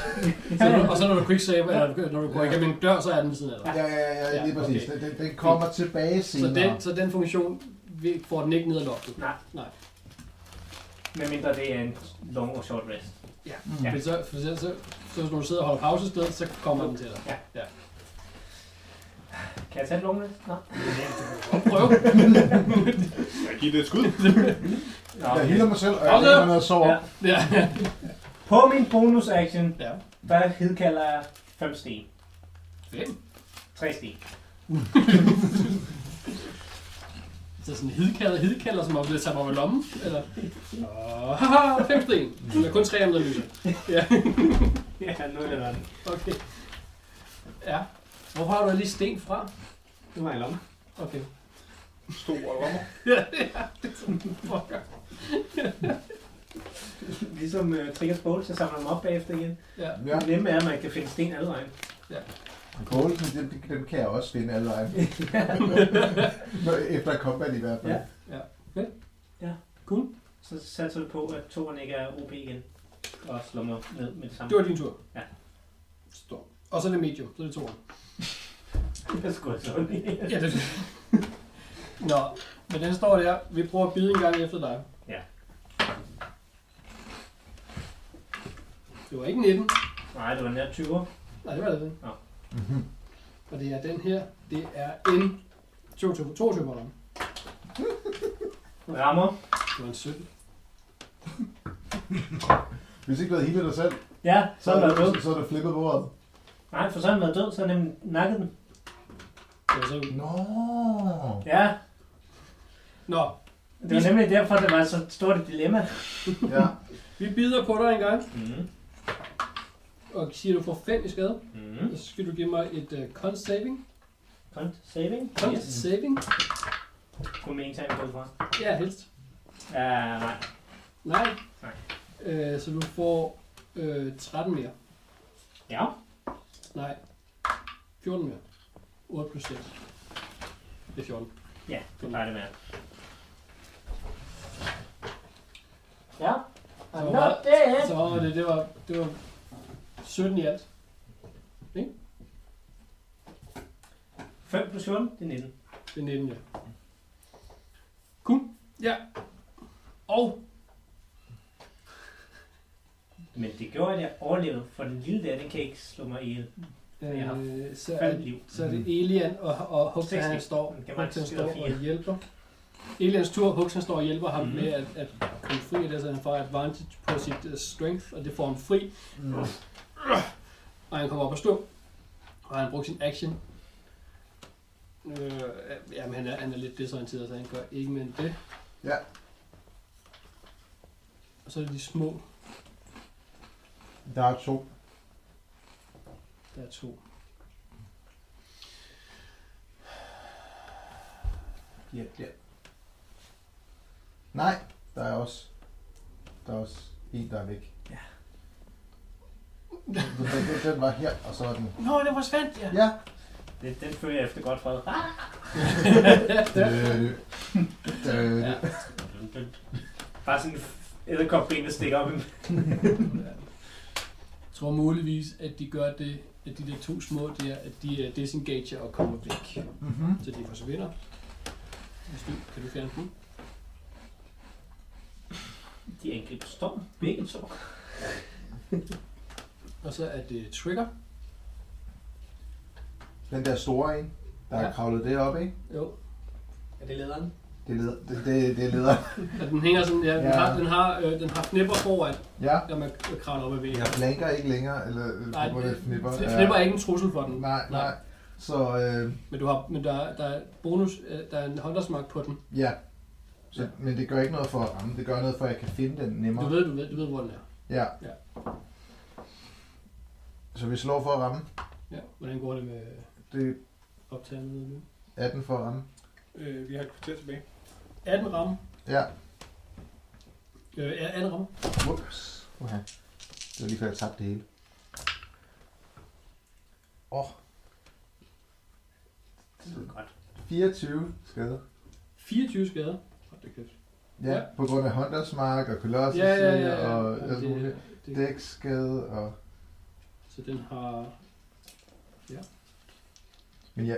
når- og så når du quicksave, eller når du går
Ja.
igennem en dør, så er den ved siden af dig.
Ja, ja, ja, ja, lige
Ja,
præcis.
okay.
Den, den, den kommer tilbage
Så
senere.
den, så den funktion vi- får den ikke ned ad loftet.
Nej.
Nej.
Medmindre det er en long og short rest.
Mm.
Ja.
Men så, for så, så, så hvis du sidder og holder pause et sted, så kommer den til dig.
Kan jeg tage et long rest? Nej.
Prøv.
Jeg giver det et skud.
Nå,
Mm. Jeg
okay.
hilder mig selv, og jeg
Pause!
lægger mig ned og sover.
Ja.
Ja.
På min bonus action,
ja.
der hedkalder jeg 5 sten.
Fem.
3 sten.
Så sådan hidkalder, hidkalder, som om det tager mig med lommen. Eller... Åh, haha, fem sten. Der er kun tre om, der lyser.
Ja. jeg kan nu i verden.
Okay. Ja. Hvor har du lige sten fra?
Det var i lommen.
Okay.
Stor lommer.
Fucker.
Ligesom uh, Triggers Bowl, så samler man op bagefter igen.
Ja.
Ja.
Det nemme er, at man kan finde sten alle vejen.
Kålsen, dem, dem kan jeg også finde alle vejen. Nå, Efter combat i hvert fald.
Ja.
Cool.
Så satser vi på, at toren ikke er OP igen. Og slår mig ned med det samme.
Det var din tur.
Ja.
Stop. Og så er det medium. Så er det to
Jeg skulle have slået den.
Ja, det Nå, men den står der. Vi prøver at bide en gang efter dig.
Ja.
Det var ikke 19.
Nej, det var nær 20.
Nej, det var det.
Nå.
Mhm.
Og det er den her. Det er en 22 22 var den.
Rammer.
Det var en 17.
Hvis ikke du havde healet dig selv,
Ja, så
så
er
er
den død.
du, så er du flippet bordet.
Nej, for så har den været død, så har den nemlig nakket den.
Det var så...
Nå.
Ja,
Nå,
det var nemlig derfor, det var så stort et dilemma.
Ja.
vi bider på dig en gang.
Mm.
Og siger du får 5 i skade,
Mm.
så skal du give mig et uh, con saving.
Kont saving.
Con
Yes.
saving?
Kunne man ikke tage en kode fra?
Ja, helst.
Ja, nej.
Nej.
Nej.
Øh, så du får øh, 13 mere.
Ja.
Nej. 14 mere. 8 plus 6. Det er 14.
Ja, det plejer det med. Ja.
Så
I'm
var-
not dead.
Så var det, det var, det var 17 i alt.
5 plus 14, det er 19.
Det er 19, ja. Cool. Ja. Og
Men det gjorde, at jeg overlevede, for den lille der, den kan ikke slå mig ihjel. Jeg har
øh, så,
Faldt
er,
liv.
så er det Elian og, og Huxen, han
16.
står,
Den kan man
Huxen
ikke styre
står og
fire.
hjælper. Elians tur, Huxen står og hjælper ham
Mhm.
med at, at komme fri af det, så han får advantage på sit øh, strength, og det får ham fri.
Mm.
Og han kommer op og stå. Og han brugte sin action. Øh, jamen, han er, han er lidt desorienteret, så han gør ikke mere end det.
Ja.
Og så er det de små.
Der er to.
Der er to.
Ja, der. Nej, der er også. Der er også en, der er væk.
Ja.
Den, den, den var her, og så er den...
Nå, det var svandt, ja.
Ja.
Det, den følger jeg efter godt, Fred. Ah!
Øh, øh,
Ja.
Bare sådan en æderkopben, der stikker op. i-
Jeg tror muligvis, at de gør det, at de der to små der, at de øh, disengager og kommer væk.
Mhm.
Så de forsvinder. Hvis du, kan du fjerne den?
De angriber storm, begge to.
Og så er det trigger.
Den der store en, der
Ja.
er kravlet deroppe, ikke?
Jo.
Er det lederen?
Det er leder. Det, det, det er leder.
Og den hænger sådan, ja, den
Ja.
har, den har, øh, den har knipper foran,
Ja.
når man kravler op ad væggen.
Jeg flanker ikke længere, eller øh,
Nej,
hvor det
flipper,
flipper.
flipper er ikke en trussel for den.
Nej, nej. Så øh,
Men, du har, men der, er- der er bonus, øh, der er en håndersmark på den.
ja. Så, men det gør ikke noget for at ramme. Det gør noget for, at jeg kan finde den nemmere.
Du ved, du ved, du ved hvor den er.
Ja.
Ja.
Så vi slår for at ramme.
Ja. Hvordan går det med
Det
optagelsen nu?
er 18 for at ramme.
Øh, vi har et kvarter tilbage.
18 ramme.
Ja.
Øh, ja, 18 ramme.
Ups. Okay. Det var lige før, jeg tabte det hele. Åh. Oh.
Det lyder godt.
24 skade.
24 skader. Hold da kæft.
Ja,
Ja.
ja, på grund af Hunters Mark og Colossus
Ja, ja, ja. ja.
Altså, og altså,
Jamen,
alt muligt.
det, det.
Dækskade og...
Så den har...
Men ja,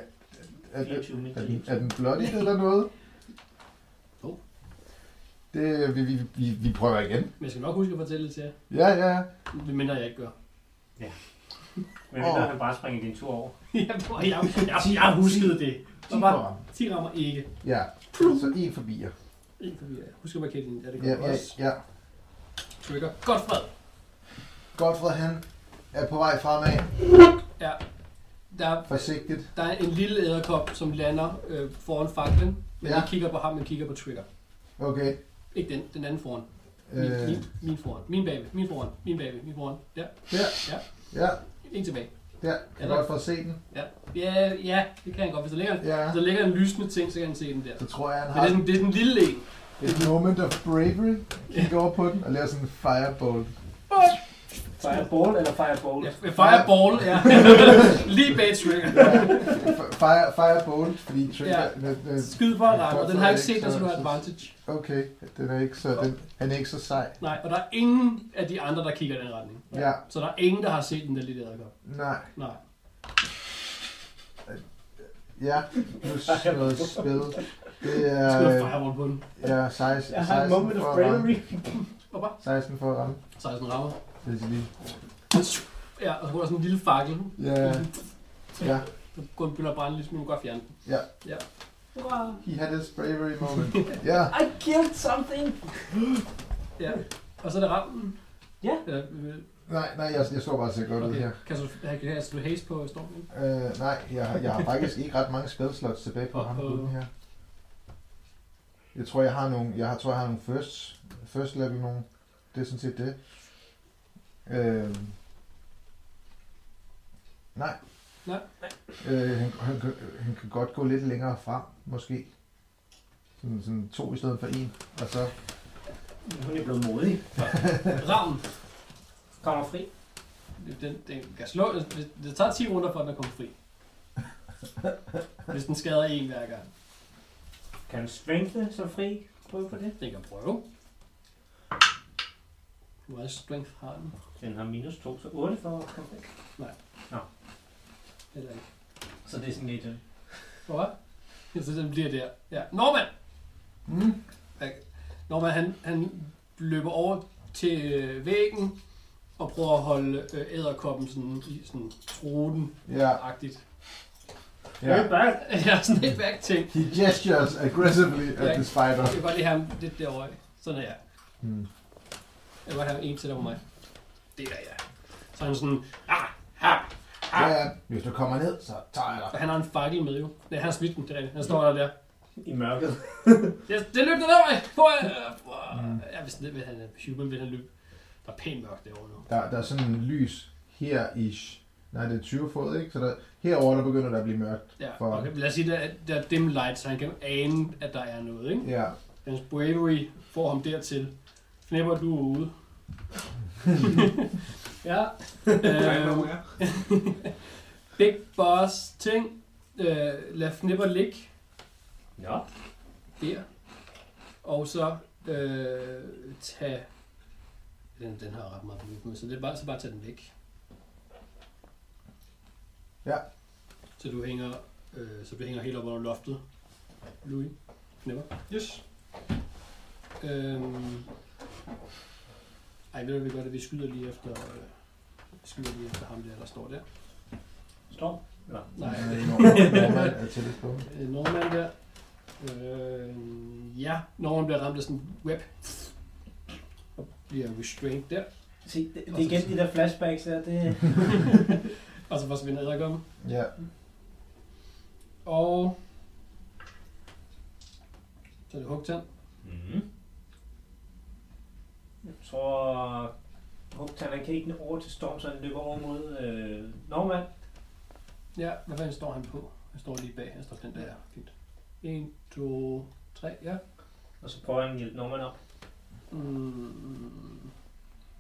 er, det,
24 min
er, den,
kniv.
er den blottet eller noget?
Jo.
Det, vi, vi, vi, vi prøver igen.
Men jeg skal nok huske at fortælle det til jer.
Ja, ja.
Det mindre jeg ikke gør.
Men mindre
Åh.
han bare springer din tur over.
jeg, jeg, jeg, jeg huskede det.
ti
Så bare
for ham.
10 rammer ikke.
Ja, så en forbi jer.
En forbi jer. Husk at markere din. Ja, det
Ja,
gør ja,
ja,
også.
ja.
Trigger. Godt fred.
Godfred, han er på vej fremad.
Der er
Forsigtigt.
Der er en lille æderkop, som lander øh, foran faklen, men ja.
Ja.
ikke kigger på ham, men kigger på Trigger.
Okay.
Ikke den, den anden foran. Min,
Øh,
min, min foran. Min bagved, min foran, min bagved, min foran. Ja.
Ja.
ja.
Ja,
En tilbage.
ja. Kan
Er
ja,
der-
godt for at se den.
Ja. Ja, ja, det kan han godt. Hvis der ligger, ja.
Ja,
hvis der ligger en lysende ting, så kan han se den der.
så tror jeg, han
Men
har
det er, sådan, det er den lille en.
et moment of bravery. Kig over på den og laver sådan en firebolt.
Fireball eller fireball?
Ja, fireball, ja. Lige bag trigger.
F- Fire, firebolt, fordi trigger... Ja.
Skyd for at ramme, og den har jeg ikke set, der skulle have advantage.
Okay, den er ikke så, den, han er ikke så sej.
Nej, og der er ingen af de andre, der kigger i den retning.
Ja,
Så der er ingen, der har set den der lille edderkop.
nej.
Nej.
Ja, plus noget spil. Det er...
Skyder
øh,
fireball på den.
Ja, 16,
Jeg har en
16
moment of
for at ramme.
bravery.
16 for at ramme.
16 rammer.
Det er lige.
Ja, og så går der sådan en lille fakkel.
Ja, ja.
Så går den begynder at brænde lidt, men du kan godt fjerne den.
He had his bravery moment. Ja,
I killed something!
Ja. Og så er det rammen.
Ja.
Eller, øh,
nej, nej, jeg, jeg står bare og ser godt ud
okay.
her.
Kan du, kan, kan du haste på stormen?
Øh, nej, jeg, har- jeg har faktisk ikke ret mange spilslots tilbage på
Og-
ham
og-
gutten her. Jeg tror, jeg har nogle, jeg har, tror, jeg har nogle first, first level nogle. Det er sådan set det. Øh, nej.
Nej.
Øh, han, han, kan- han, kan godt gå lidt længere frem, måske. Sådan, sådan to i stedet for en. Og så
Hun er blevet modig.
Rammen.
Kommer fri.
Den, den kan slå. Det, det tager 10 runder, for at den er kommet fri. Hvis den skader en hver gang.
Kan du strengthe så fri? Prøv på det.
Den kan prøve. Hvor meget strength har den?
Den har minus 2, så 8 for at komme væk.
Eller ikke.
Så det er sådan lidt... øh,
Hvor er? Ja, så den bliver der. Ja. Norman!
Mm.
Norman, han, han løber over til øh, væggen og prøver at holde øh, æderkoppen sådan, i sådan troden-agtigt.
Ja,
Hurt
ja.
back!
Ja, sådan et væk ting.
He gestures aggressively at the spider.
Jeg kan godt lige have ham lidt derovre. Sådan er jeg.
Hmm.
Jeg vil godt have en til der på mig. Det er jeg. Så er han sådan, ah, ha, ha.
Ja, ja, hvis du kommer ned, så tager jeg dig.
Og han har en fakkel med jo. Nej, han har smidt den, det er rigtigt. Han står der der.
I mørket.
Det, det løb der derovre! Hvor øh, er jeg? Jeg vidste vil han er human, vil han løbe. Der er pænt mørkt derovre nu.
Der, der er sådan en lys her ish. Nej, det er 20 fod, ikke? Så der, herover der begynder der at blive mørkt.
Ja,
For-
okay. Lad os sige, der, der er dim light, så han kan ane, at der er noget, ikke?
Ja.
Hans bravery får ham dertil. Knæpper, du er ude. ja.
Øhm.
Øhm, Big Boss ting. Øh, lad Fnipper ligge
Ja.
der. Og så øh, tag... Den, den har ret meget movement, så det er bare, så bare tag den væk.
Ja.
Så du hænger, øh, så du hænger helt op under loftet. Louis. Fnipper.
Yes.
Øhm, ej, ved du, hvad vi gør det? Vi skyder lige efter... Øh, skyder lige efter ham der, der står der.
Storm. Nå.
Nej,
Øh, Norman- Norman er tættest på.
Øh, Norman der. Øh, ja, Norman bliver ramt af sådan en web. Og bliver restrained der.
Se, det, det er igen de der flashbacks der, det...
Og så forsvinder æderkommen.
Ja.
Og... Så er det hugtand.
Mm. Jeg tror... Hugtan, han kan ikke nå over til Storm, så han løber over mod øh, Norman.
Ja, hvad fanden står han på? Han står lige bag. Han står den der. Fint. 1, 2, 3, ja.
Og så prøver han at hjælpe Norman op.
Mm,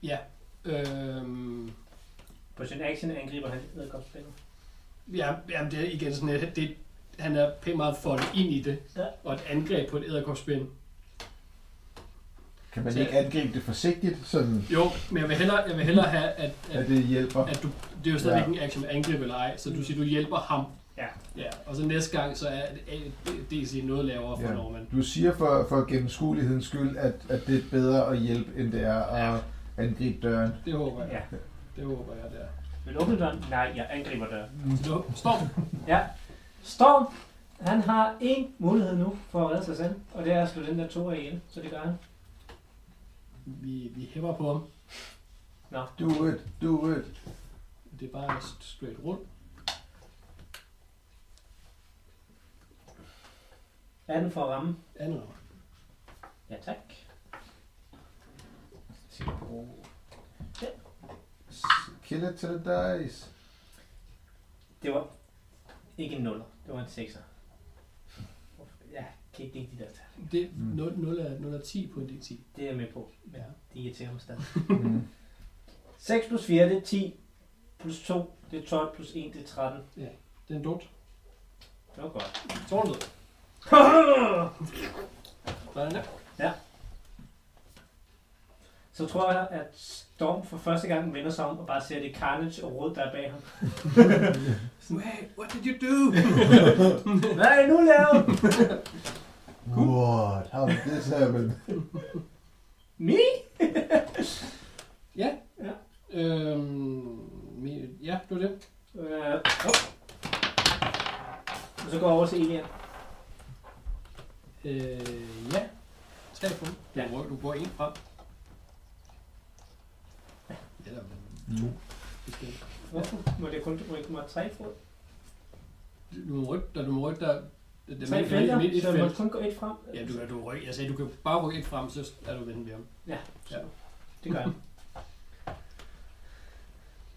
ja. Øhm,
På sin action angriber han edderkopspillet.
ja, jamen det er igen sådan, et- det, han er pænt meget foldet ind i det.
Ja.
Og et angreb på et æderkopspind
Kan man ikke angribe det forsigtigt, sådan
Jo, men jeg vil hellere, jeg vil hellere have, at,
at
at,
det hjælper?
at du, det er jo stadigvæk
Ja.
en action med angreb eller ej, så du siger, du hjælper ham.
Ja.
Mm. ja. Og så næste gang, så er det- er det- DC noget lavere for
Ja.
Norman.
Du siger for, for gennemskuelighedens skyld, at, at det er bedre at hjælpe, end det er at angribe døren.
Det håber jeg.
Ja.
Det håber jeg, der.
Vil du åbne døren? Nej, jeg angriber døren.
Mm.
Så du, Storm,
Storm, han har én mulighed nu for at redde sig selv, og det er at slå den der to ihjel, så det gør han.
vi, vi hæpper på ham.
Do it, do it.
Det er bare st- straight rundt.
18 for at ramme.
Andet år.
Ja, tak. Skal jeg bruge den?
Kill it till it dies.
Det var ikke en nuller. Det var en sekser. Ja, kan ikke lide de der tal.
Det er
Mm.
0, 0, af, 0 af 10 på en D10.
Det er jeg med på.
Ja.
De irriterer mig stadig.
Mm.
6 plus 4, det er 10. Plus 2, det er 12. Plus 1, det er 13.
Det er en dumt.
Det var godt.
Tårnet. Hvordan er det?
Så tror jeg, at Storm for første gang vender sig om og bare ser at det er Carnage og Rød, der er bag ham.
Wait, what did you do?
Hvad er det nu lavet?
What? How did this happen?
Me?
ja.
Ja.
Øhm, mi- ja, det var det.
Øh, op. Og så går jeg over til Elian.
Øh, ja. Tre på. Du,
Ja.
ja. du går en frem. Eller
Nu.
bestemt.
Hvorfor må det kun må ikke må have tre fod?
Du må rykke dig, du må rykke dig. Det
Tre
midt-
felter,
midt i et
så man
felt.
kun gå et frem?
Ja, du, kan- du rykker. Jeg sagde, du kan bare rykke et frem, så er du vendt ved ham.
ja. Det gør jeg.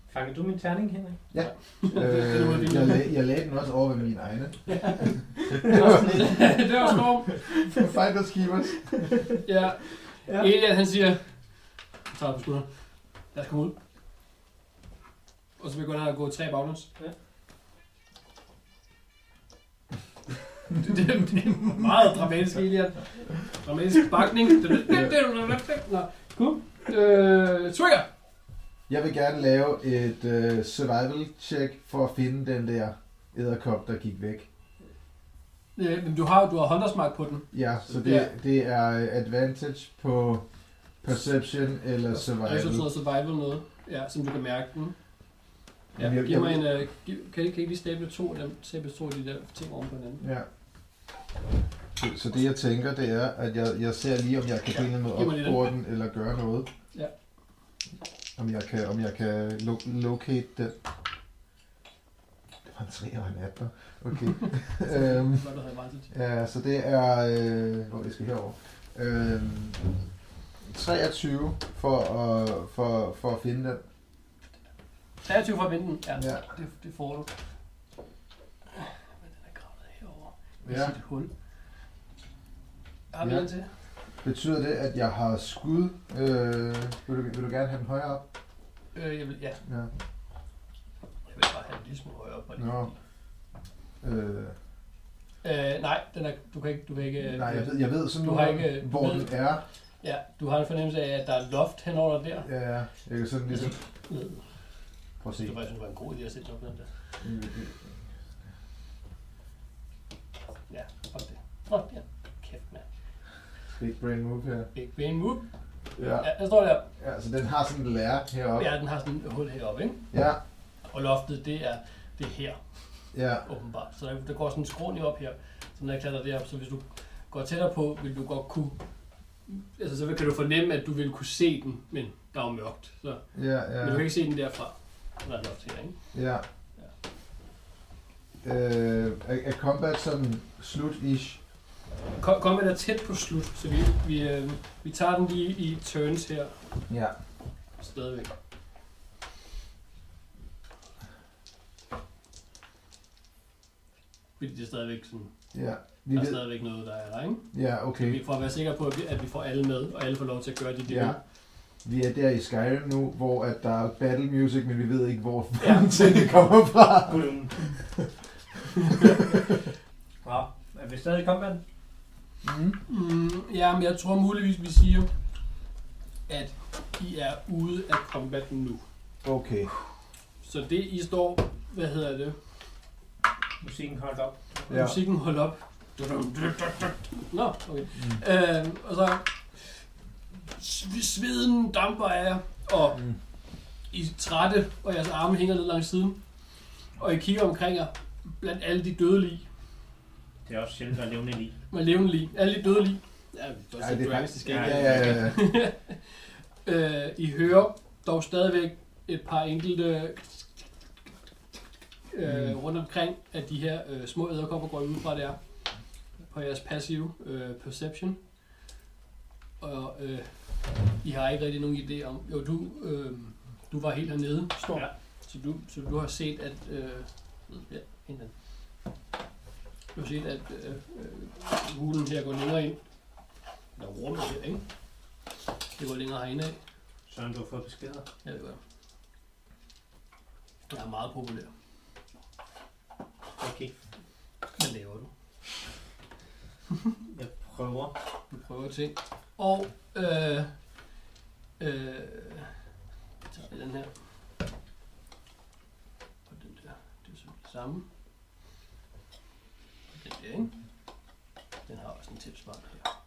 Fanger du min terning, Henrik?
Øh, jeg, lag, jeg lagde den også over ved mine egne.
Det var sådan lidt.
det var Storm.
Find us, keep us.
Ja.
Ja.
ja. Elian, han siger, jeg tager på skulderen. Lad os komme ud. Og så begynder han at gå tre baglæns.
Ja.
det, det, det, er meget dramatisk, Elian. Dramatisk bakning. Nå, cool. Øh, Trigger!
Jeg vil gerne lave et uh, survival check for at finde den der æderkop, der gik væk.
Øh, men du har, du har håndersmark på den.
Ja, så det,
Ja.
det er øh, advantage på perception eller
Og så tror
survival.
jeg survival noget, ja, som du kan mærke den.
Jamen,
Ja,
jeg-
giv mig
jeg-
en, øh, giv, kan, I, kan I lige stable to af dem, stable to af de der ting oven på hinanden?
Ja. Så- Så det jeg tænker, det er, at jeg, jeg ser lige, om jeg kan på en eller
Giv mig
anden måde
lige
opspore den, eller gøre noget.
Ja.
Om jeg kan, om jeg kan lo- locate den. Det var en 3 og en 18. Okay. øhm,
Hvad du havde advantage.
ja, så det er... Øh, hvor jeg skal herover. Øhm, 23 for at, for, for at finde den.
23 fra vinden, ja,
Ja.
ja. Det, det får du. Men den er gravet herovre. Med ja. sit hul. Har vi
Ja.
den til?
Betyder det, at jeg har skud? Øh, vil, du, vil du gerne have den højere op?
Øh, jeg vil, ja,
Ja.
jeg vil bare have den en lille smule højere op. på den.
Nå. Øh,
Øh, nej, den er, du kan ikke... Du kan ikke øh,
nej, jeg ved, jeg ved sådan
Du
nu,
har ikke- øh,
hvor
ved-
den er.
Ja, du har en fornemmelse af, at der er loft henover der.
Ja, ja. Jeg kan sådan ligesom...
Ned.
Prøv at se.
Det var, jeg synes, det var en god idé at sætte loft ned der. Ja, fuck det. Fuck det. Kæft, mand.
Big brain move her.
Big brain move.
Ja.
Ja, der står der.
ja, så den har sådan en lærer heroppe.
Ja, den har sådan et hul heroppe, ikke?
Ja,
Og loftet, det er, det er her.
ja.
åbenbart. Så der, der går sådan en skråning op her, som der klatrer derop. Så hvis du går tættere på, vil du godt kunne... Altså, så kan du fornemme, at du vil kunne se den, men der er jo mørkt. Så, ja.
Ja,
Men du kan
ja.
ikke se den derfra. Der er nok til her, ikke?
Ja. Øh, er, er combat sådan slut-ish?
Kom, kom med der tæt på slut, så vi, vi, øh, vi tager den lige i turns her
Ja.
stadigvæk. Fordi det er stadigvæk sådan,
Ja. Vi
der er
ved,
stadigvæk noget, der er der, ikke?
ja, okay.
Vi- For at være sikre på, at vi, at vi får alle med, og alle får lov til at gøre det, de
Ja.
vil.
Vi er der i Skyrim nu, hvor at der er battle music, men vi ved ikke, hvor
Ja.
ja. tingene kommer fra.
Gudum. Nå, er vi stadig i combat?
Mm.
Mm, ja, men jeg tror muligvis, vi siger, at I er ude af combat nu.
Okay.
Så det, I står, hvad hedder det,
Musikken holdt op.
ja.
Ja.
musikken holdt op. Nå, okay.
Mm.
Øh, og så sv- sveden damper af jer, og
Mm.
I er trætte, og jeres arme hænger ned langs siden. Og I kigger omkring jer, blandt alle de døde lig,
Det er også sjældent, der er levende lige.
med levende lig, alle de døde lig. Ja,
Ej,
det er faktisk
Ja, ja, ja.
Øh, I hører dog stadigvæk et par enkelte øh,
Mm.
rundt omkring, at de her øh, små æderkopper går ud fra der på jeres passive øh, perception. Og øh, I har ikke rigtig nogen idé om... Jo, du... Øh, Du var helt hernede, Storm.
Ja.
Ja. Så, du, så du har set, at... Øh, ja, hende. Du har set, at øh, øh, hulen her går længere ind. Der er rummet her, ikke? Det går længere herinde af.
Søren, du har fået beskeder.
Ja, det gør jeg. Jeg er meget populær.
Okay,
Hvad laver du?
jeg prøver.
Du prøver ting. Og øh, øh, jeg tager lige den her. Og den der. Det er så det samme. Og den der, ikke? Den har også en tilsvarende her.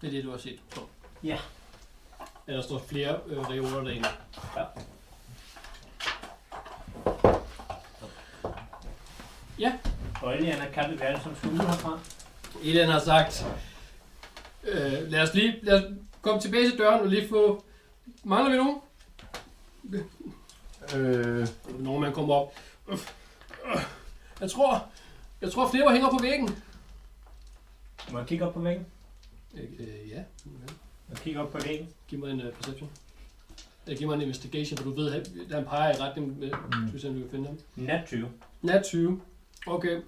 Det er det, du har set på.
Ja.
Ja, der står flere øh, reoler derinde.
Ja.
Ja,
Øjlian er kappet verden som skole ligesom herfra.
Elan har sagt, øh, lad os lige lad os komme tilbage til døren og lige få... Mangler vi nogen?
Øh,
Når man kommer op. Øh, øh, Jeg tror, jeg tror flere hænger på væggen.
Må jeg kigge op på væggen?
Øh, øh, ja.
Jeg kigger op på væggen.
Giv mig en uh, perception. Jeg giver mig en investigation, for du ved, han- han peger i retning med,
Mm.
hvis mm. du kan finde ham.
Nat 20.
Nat 20. Okay.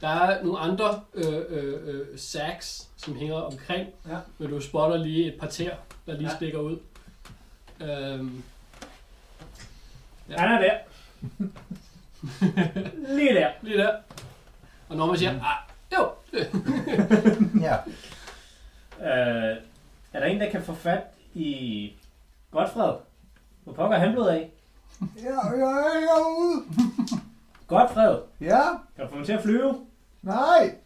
Der er nogle andre øh, øh, øh, sacks, som hænger omkring,
Ja.
men du spotter lige et par tæer, der lige
Ja.
ja. stikker ud. Øhm, Ja.
Han er der. Lige der.
lige der. Og når man siger, ah, jo,
ja.
Øh, er der en, der kan få fat i Godfred? Hvor pokker er han blevet af?
Ja, jeg er herude.
Godfred,
Ja,
kan du få ham til at flyve?
nej.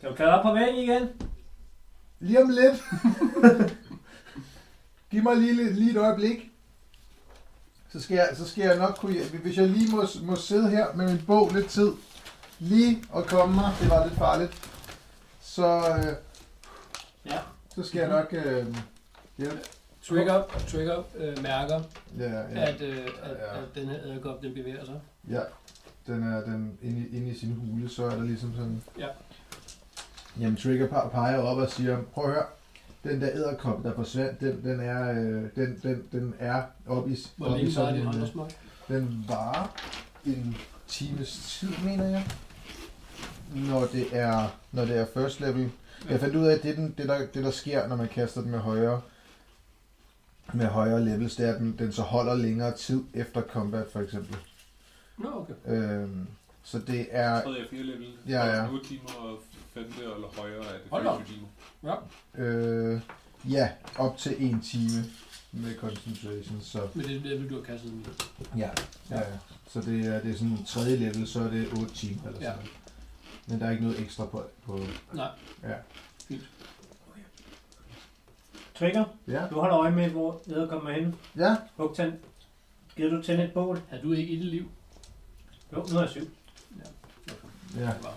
Kan du klatre op på væggen igen?
Lige om lidt. Giv mig lige, lige et øjeblik. Så skal, jeg, så skal jeg nok kunne... hjæl- Hvis jeg lige må, må sidde her med min bog lidt tid, lige og komme mig, det var lidt farligt, så, øh,
Ja.
så skal jeg nok... Øh, hjælpe.
trigger, trigger øh, mærker,
Ja, ja,
at, øh, at,
Ja.
at den her æderkop, den bevæger sig.
ja. Den er den inde, i- inde i sin hule, så er der ligesom sådan...
Ja.
Jamen, Trigger pe- peger op og siger, prøv at høre, den der æderkop, der forsvandt, den, den er, øh, den, den, den er oppe i,
Hvor
oppe i
længe var det
en, øh,
håndersmøg?
Den varer en times tid, mener jeg. Når det er, når det er first level. Jeg fandt ud af, at det, er den, det, der, det der sker, når man kaster den med højere, med højere levels, det er, at den, den så holder længere tid efter combat, for eksempel.
Nå, okay.
Øhm, så det
Jeg
er...
tror, jeg er 4 level.
Ja, ja.
8 timer og 5. eller højere er det
Hold da op.
24 timer.
Øh, ja, op til en time med concentration, så...
Men det er det, du har kastet den i.
Ja, ja, ja. Så det er, det er sådan en tredje level, så er det 8 timer eller
Ja.
sådan noget. Men der er ikke noget ekstra på, på
Nej.
Trigger,
Ja.
du holder øje med, hvor æder kommer hen.
Ja.
Hugtand, giver du tænde et bål?
Har du ikke i dit liv?
Jo, nu er jeg syv.
Ja.
Det var-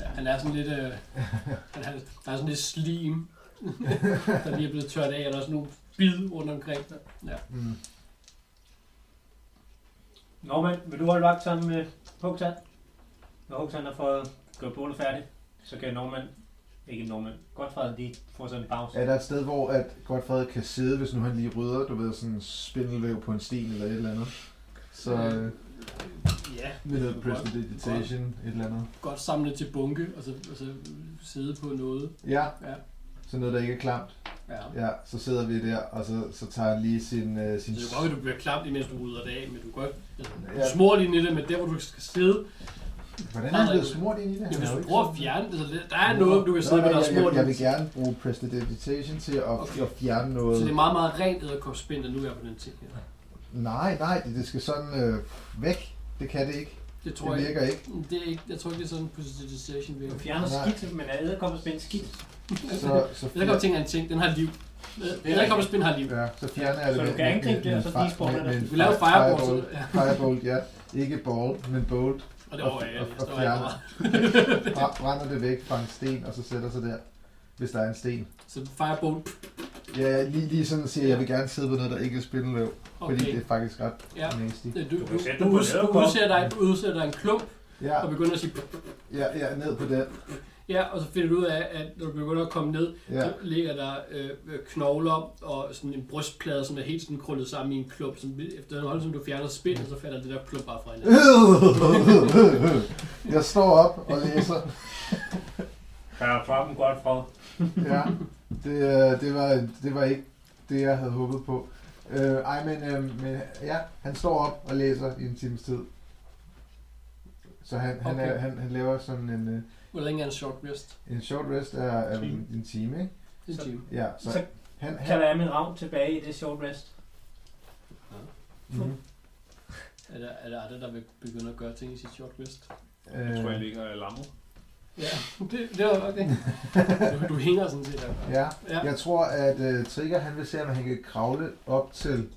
Ja, han er sådan lidt, øh, han er, der er sådan lidt slim, der lige er blevet tørt af, og der er sådan nogle bid rundt omkring. Ja.
Mm.
Norman, vil du holde vagt sammen med Hugtand? Når Hugtand har fået gjort bålet færdigt, så kan Norman, ikke Norman, Godfred, de får sådan en pause.
Er der et sted, hvor at Godfred kan sidde, hvis nu han lige rydder, du ved, sådan spindelvæv på en sten eller et eller andet? Så øh,
ja.
med noget prestidigitation, et eller andet.
Godt samlet til bunke, og så, og så sidde på noget.
Ja,
Ja.
så noget, der ikke er klamt.
Ja.
Ja, så sidder vi der, og så, så tager han lige sin... Øh, sin
Det er jo godt, at du bliver klamt, imens du rydder det af, men du kan godt altså,
Ja.
du smår lige i det, men der, hvor du skal sidde,
Hvordan er han blevet smurt ind i det?
ja,
Han
hvis
er jo
du
ikke
prøver at
sådan-
fjerne det, så det- der er noget, du kan sidde
Nå,
med,
nej,
der er
jeg-
smurt
jeg, jeg, vil
ind.
gerne bruge prestidigitation til at,
Okay.
okay. at fjerne noget.
Så det er meget, meget rent æderkopspind, der nu er på den ting her.
Nej, nej, det, det skal sådan øh, væk. Det kan det ikke.
Det tror
Det
jeg
virker
ikke.
ikke.
Det er ikke, jeg tror ikke, det er sådan, positivization virker.
Du fjerner
Nej.
skidt, men er æderkoppespændt skidt.
Så, så,
Jeg kan godt tænke, at en ting, den har liv. Æderkopspind har liv.
Ja, så fjerner jeg det
Så du
med-
kan
med-
angribe
med-
det, og
med
så
en fa-
de spawner
med-
der.
med en
Du laver
fa-
fireball, så,
Firebolt,
ja.
firebolt, ja. Ikke ball, men bolt.
Og det var, ja,
Og- og
det var ikke
fjerner.
meget.
Bra- Brænder det væk fra en sten, og så sætter sig der, hvis der er en sten.
Så fireball,
Ja, jeg lige, lige sådan siger, jeg vil gerne sidde på noget, der ikke er spindeløv, fordi
okay.
det er faktisk ret
Ja.
nasty.
Du, du,
Du kan
du,
sætte den på en
uds- du
æderkop.
udsætter dig, du udsætter dig en klump,
Ja,
og begynder at sige,
ja, ja, ned på den.
Ja, og så finder du ud af, at når du begynder at komme ned,
Ja.
så ligger der øh, øh, knogler og sådan en brystplade, som er helt sådan krøllet sammen i en klump. Som, efter den hånd, som du fjerner spindet, så falder det der klump bare fra hinanden.
jeg står op og læser.
Der er kroppen godt fra.
Ja, det, øh, det, var, det var ikke det, jeg havde håbet på. Øh, ej, men, øh, men ja, han står op og læser i en times tid. Så han, han,
Okay.
er, han, han laver sådan en, øh,
Hvor længe er en short rest?
en short rest er, er
Time.
en, en time, ikke?
Det er en time.
Ja, så,
Så
han, han,
kalder jeg min ravn tilbage i det short rest.
mm,
Er der, er der andre, der vil begynde at gøre ting i sit short rest?
Jeg tror, jeg
øh,
ligger lammet.
Ja, det, det var okay. Du, du hænger sådan set der.
ja,
Ja.
jeg tror, at øh, Trigger, han vil se, om han kan kravle op til,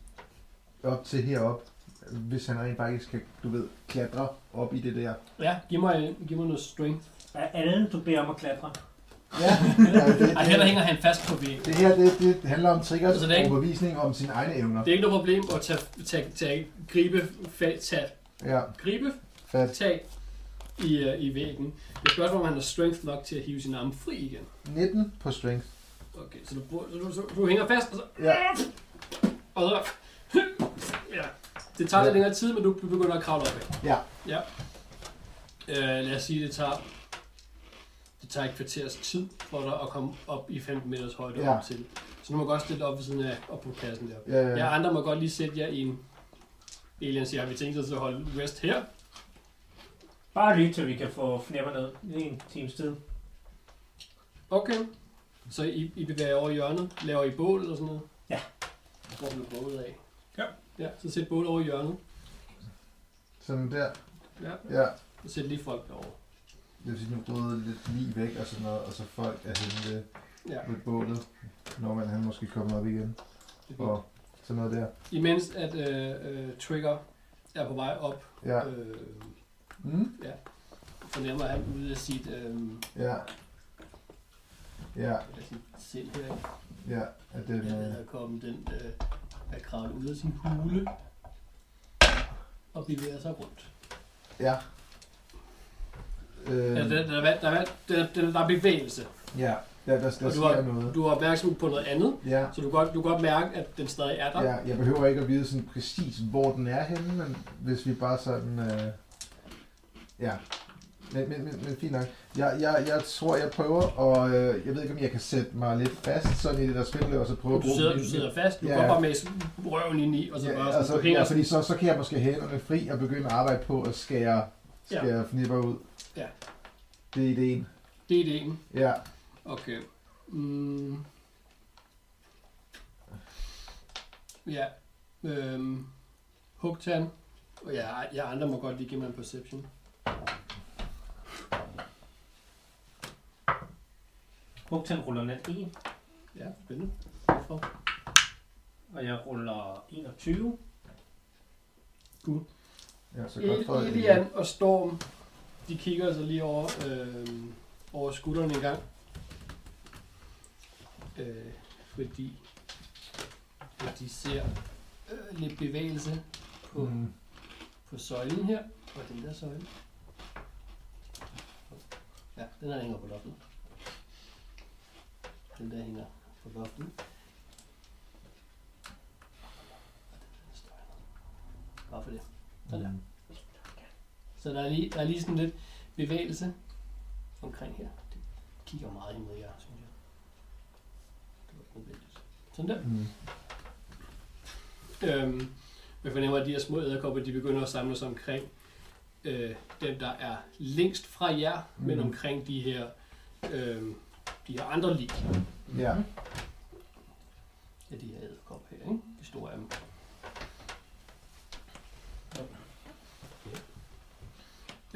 op til herop, hvis han rent faktisk kan, du ved, klatre op i det der.
ja giv, mig, giv mig noget strength.
Er alle, du beder om at klatre?
Ja, ja det,
Ej, her der hænger han fast på væggen.
Det her, det, det handler om triggers
Altså, det er ikke-
overbevisning om sine egne evner.
Det er ikke noget problem at tage, tage, tage gribe, fat, tage,
Ja,
gribe
fat.
tag i, øh, i væggen. Det er et spørgsmål, om han har strength nok til at hive sin arme fri igen.
19 på strength.
Okay, så du, bruger- så du, så du hænger fast, og så...
Ja,
Og så ja. Det tager lidt
Ja.
længere tid, men du begynder at kravle op af.
Ja.
ja. Øh, lad os sige, det tager... Det tager et kvarters tid for dig at komme op i 15 meters højde
Ja.
op til. Så nu må jeg godt stille dig op ved siden af, op på pladsen der.
ja, ja.
Ja, andre må godt lige sætte jer i en... Alien siger, har vi tænkt os at holde rest her?
Bare lige til vi kan få fnipper ned i en times tid.
Okay. Så I, I bevæger jer over i hjørnet? Laver I bål eller sådan noget?
Ja.
Hvor blev bålet af?
Ja.
Ja, så sæt bål over i hjørnet.
Sådan der.
Ja.
Ja.
Og sæt lige folk derovre.
Det vil sige, nu rydder lidt lige væk og sådan noget, og så folk er henne ved,
Ja.
ved bålet. Når man han måske kommer op igen.
det er fint.
Og sådan noget der.
Imens at øh, øh, Trigger er på vej op,
Ja.
øh,
Mm?
fornemmer han ude af sit, øh,
Ja. Ja,
af sit sind her.
ja. At den,
Ja,
øh,
der er kommet den øh, er kravlet ud af sin hule og bevæger sig rundt.
ja.
Ja, der,
Øh,
der, der, der, der, der, der er bevægelse.
ja, der, der, der
Og du har-
sker noget.
Du er opmærksom på noget andet,
Ja,
Så du kan godt, du kan godt mærke, at den stadig er der.
ja, jeg behøver ikke at vide sådan præcis, hvor den er henne, men hvis vi bare sådan... Øh, ja, men, men, men, men fint nok. Jeg, jeg, jeg tror, jeg prøver, og øh, jeg ved ikke, om jeg kan sætte mig lidt fast sådan i det der spil, og så prøve at
Du
bruge...
sidder,
den-
du sidder fast, du
Ja.
ja. går bare med røven ind i, og så bare
Ja,
sådan,
altså,
du hænger
ja, fordi så, så kan jeg måske have hænderne fri og begynde at arbejde på at skære,
Ja.
skære ja. fnipper ud.
Ja.
Det er ideen.
Det er ideen.
Ja.
Okay. Mm. Ja. Øhm. Hugtan. Og ja, jeg andre må godt lige give mig en perception.
Hugtan ruller nat 1,
Ja, spændende. Hvorfor?
og jeg ruller 21.
ja så godt for
El- Elian og Storm, de kigger altså lige over, øh, over skulderen en gang. Øh, fordi at de ser øh, lidt bevægelse på, mm.
Mm,
på søjlen her. Og den der søjle. Ja, den der hænger på loftet. Den der hænger på loftet. Bare for det. Sådan der.
mm.
Så der er lige, der er lige sådan lidt bevægelse omkring her. Det kigger meget imod jer, synes jeg. Det var ikke nødvendigt. Sådan der.
Mm.
Øhm, jeg fornemmer, at de her små æderkopper, de begynder at samle sig omkring øh, dem, der er længst fra jer, mm. men
Mhm.
omkring de her, øh, de her andre lig
Ja.
af de her æderkopper her, ikke? De store af dem. Ja.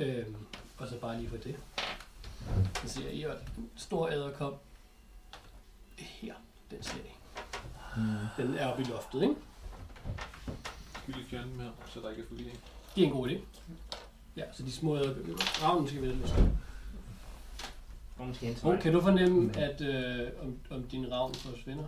Øhm, og så bare lige for det. Så ser I, at den store æderkop her, den ser I.
Mm.
Den er oppe i loftet, ikke?
Skal vi lige fjerne dem her, så der ikke er forvirring?
Det er en god idé. Ja, så de små æderkopper. Ravnen skal vi lidt
Nogen skal hen til
Og
mig.
kan du fornemme, at øh, om, om din ravn forsvinder?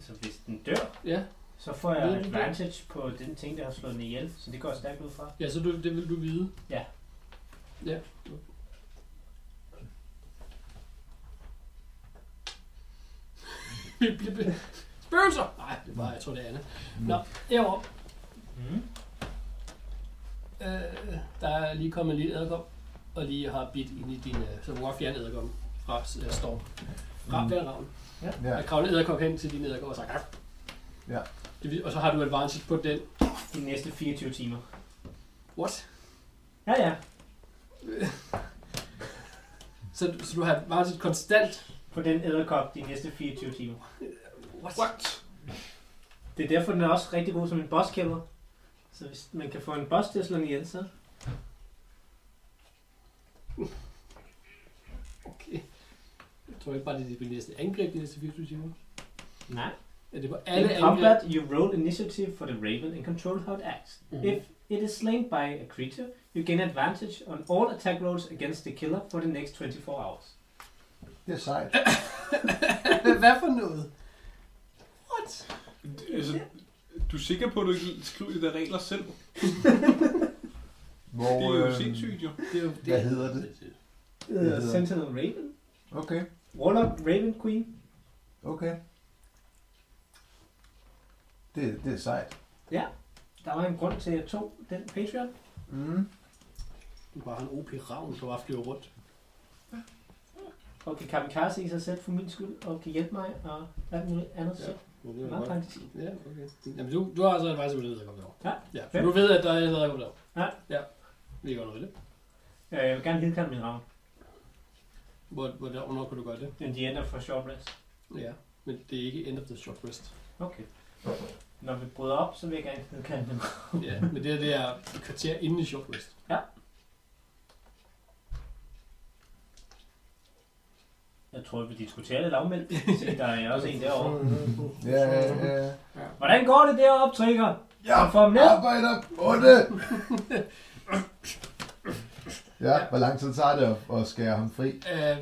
Så hvis den dør,
Ja,
så får
Ved
jeg
du det?
advantage på den ting, der har slået den ihjel. Så det går jeg stærkt ud fra.
ja så du, det vil du vide.
Ja.
Ja, Bip, bip, bip. Spøgelser! Nej, det var, jeg tror, det er Anna. Nå, derovre.
Mm.
Øh, der er lige kommet en lille æderkop, og lige har bidt ind i din... Øh, så hvor er fjern æderkop fra øh, Storm. Fra
Mm.
mm. ravn.
Ja,
Jeg kravler en æderkop hen til din æderkop og sagt... "Arf."
Ja.
Det, vil- og så har du advantage på den.
De næste 24 timer.
What?
Ja, ja.
Så, så du har advantage konstant.
På den æderkop de næste 24 timer.
What?
Det er derfor, den er også rigtig god som en bosskæmper. Så hvis man kan få en boss til at slå den ihjel, så...
Okay. Jeg tror ikke bare, det er de næste angreb de næste 24 timer.
Nej.
Er det på alle
Alle in
angreb?
combat, you roll initiative for the raven and control how it acts.
Mhm.
If it is slain by a creature, you gain advantage on all attack rolls against the killer for the next 24 hours.
det er sejt.
Hvad for noget?
D- Altså, du er sikker på, at du ikke skriver de der regler selv?
Hvor,
Det er jo
øhm,
sindssygt, jo.
Det er jo, det
Hvad hedder det?
Uh,
hedder-
Sentinel Raven?
Okay,
Warlock Raven Queen?
okay. Det, det er sejt.
Der var en grund til, at jeg tog den Patreon.
Mm.
Du bare har en OP-ravn, der bare flyver rundt.
og kan kamikaze i sig selv for min skyld, og kan hjælpe mig og alt muligt andet.
Ja,
Ja.
Ja, det
Det
er
er
godt.
meget praktisk.
Ja, okay. Jamen, du, du har altså advice på det, der kommer derovre.
Ja.
ja for
Fedt.
du ved, at der er allerede kommet derovre.
Ja.
Ja. Vi gør noget ved det.
Øh, Jeg vil gerne hidkalde min ravn.
Hvor, hvor, hvornår kan du gøre det?
Men de ender for short rest.
Ja. Men det er ikke end of the short rest.
Okay. Når vi bryder op, så vil jeg gerne hidkalde min ravn.
ja, men det er det er et kvarter inden i short rest.
Jeg tror, vi diskuterer lidt afmeldt. Se, der er også en derovre.
Ja, ja, ja.
Hvordan går det deroppe, Trigger?
Jeg
får dem ned.
arbejder på det! ja, hvor lang tid tager det at, at skære ham fri?
Øh, øh,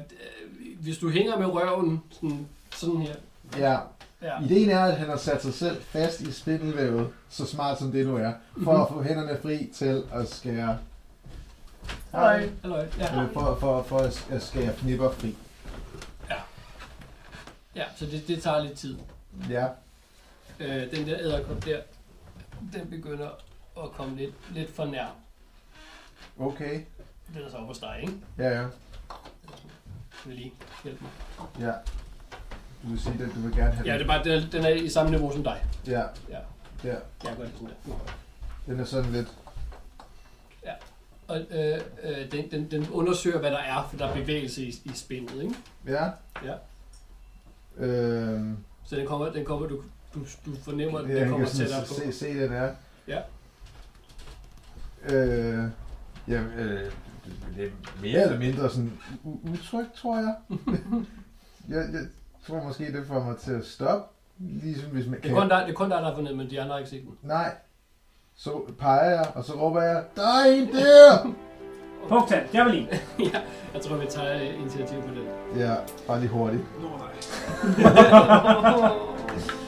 hvis du hænger med røven sådan, sådan her.
Ja,
Ja.
ideen er, at han har sat sig selv fast i spindelvævet, så smart som det nu er, for
Mhm.
at få hænderne fri til at skære... Hej.
Halløj. Ja.
Øh, for, for, for at- at skære knipper fri.
ja, så det, det tager lidt tid.
Ja,
Øh, den der æderkop der, den begynder at komme lidt, lidt for nær.
okay.
Den er så oppe hos dig, ikke?
Ja, ja.
Jeg vil lige hjælpe mig.
ja. Du vil sige, at du vil gerne have
Ja, det
den.
er bare, den er, den er i samme niveau som dig.
Ja,
Ja,
ja.
jeg gør det sådan der.
Den er sådan lidt...
Og øh, øh, den, den, den undersøger, hvad der er, for der er bevægelse i, i spændet, ikke?
Ja.
Ja.
Øhm,
Så den kommer, den kommer du, du, du fornemmer, at
Ja,
den
han
kommer
kan sådan
tættere på.
se, se den er.
Ja.
Øh, ja, øh, det er mere eller mindre sådan u- utrygt, tror jeg. jeg. Jeg tror måske, det får mig til at stoppe. Ligesom hvis man
Det er kun dig, det er kun dig, der har fornemmet, men de andre har ikke set den.
Nej. Så peger jeg, og så råber jeg, der er en der!
Pugtand, jeg vil lige.
Jeg tror, vi tager øh, initiativ på det.
ja, bare lige hurtigt.
Nå, nej.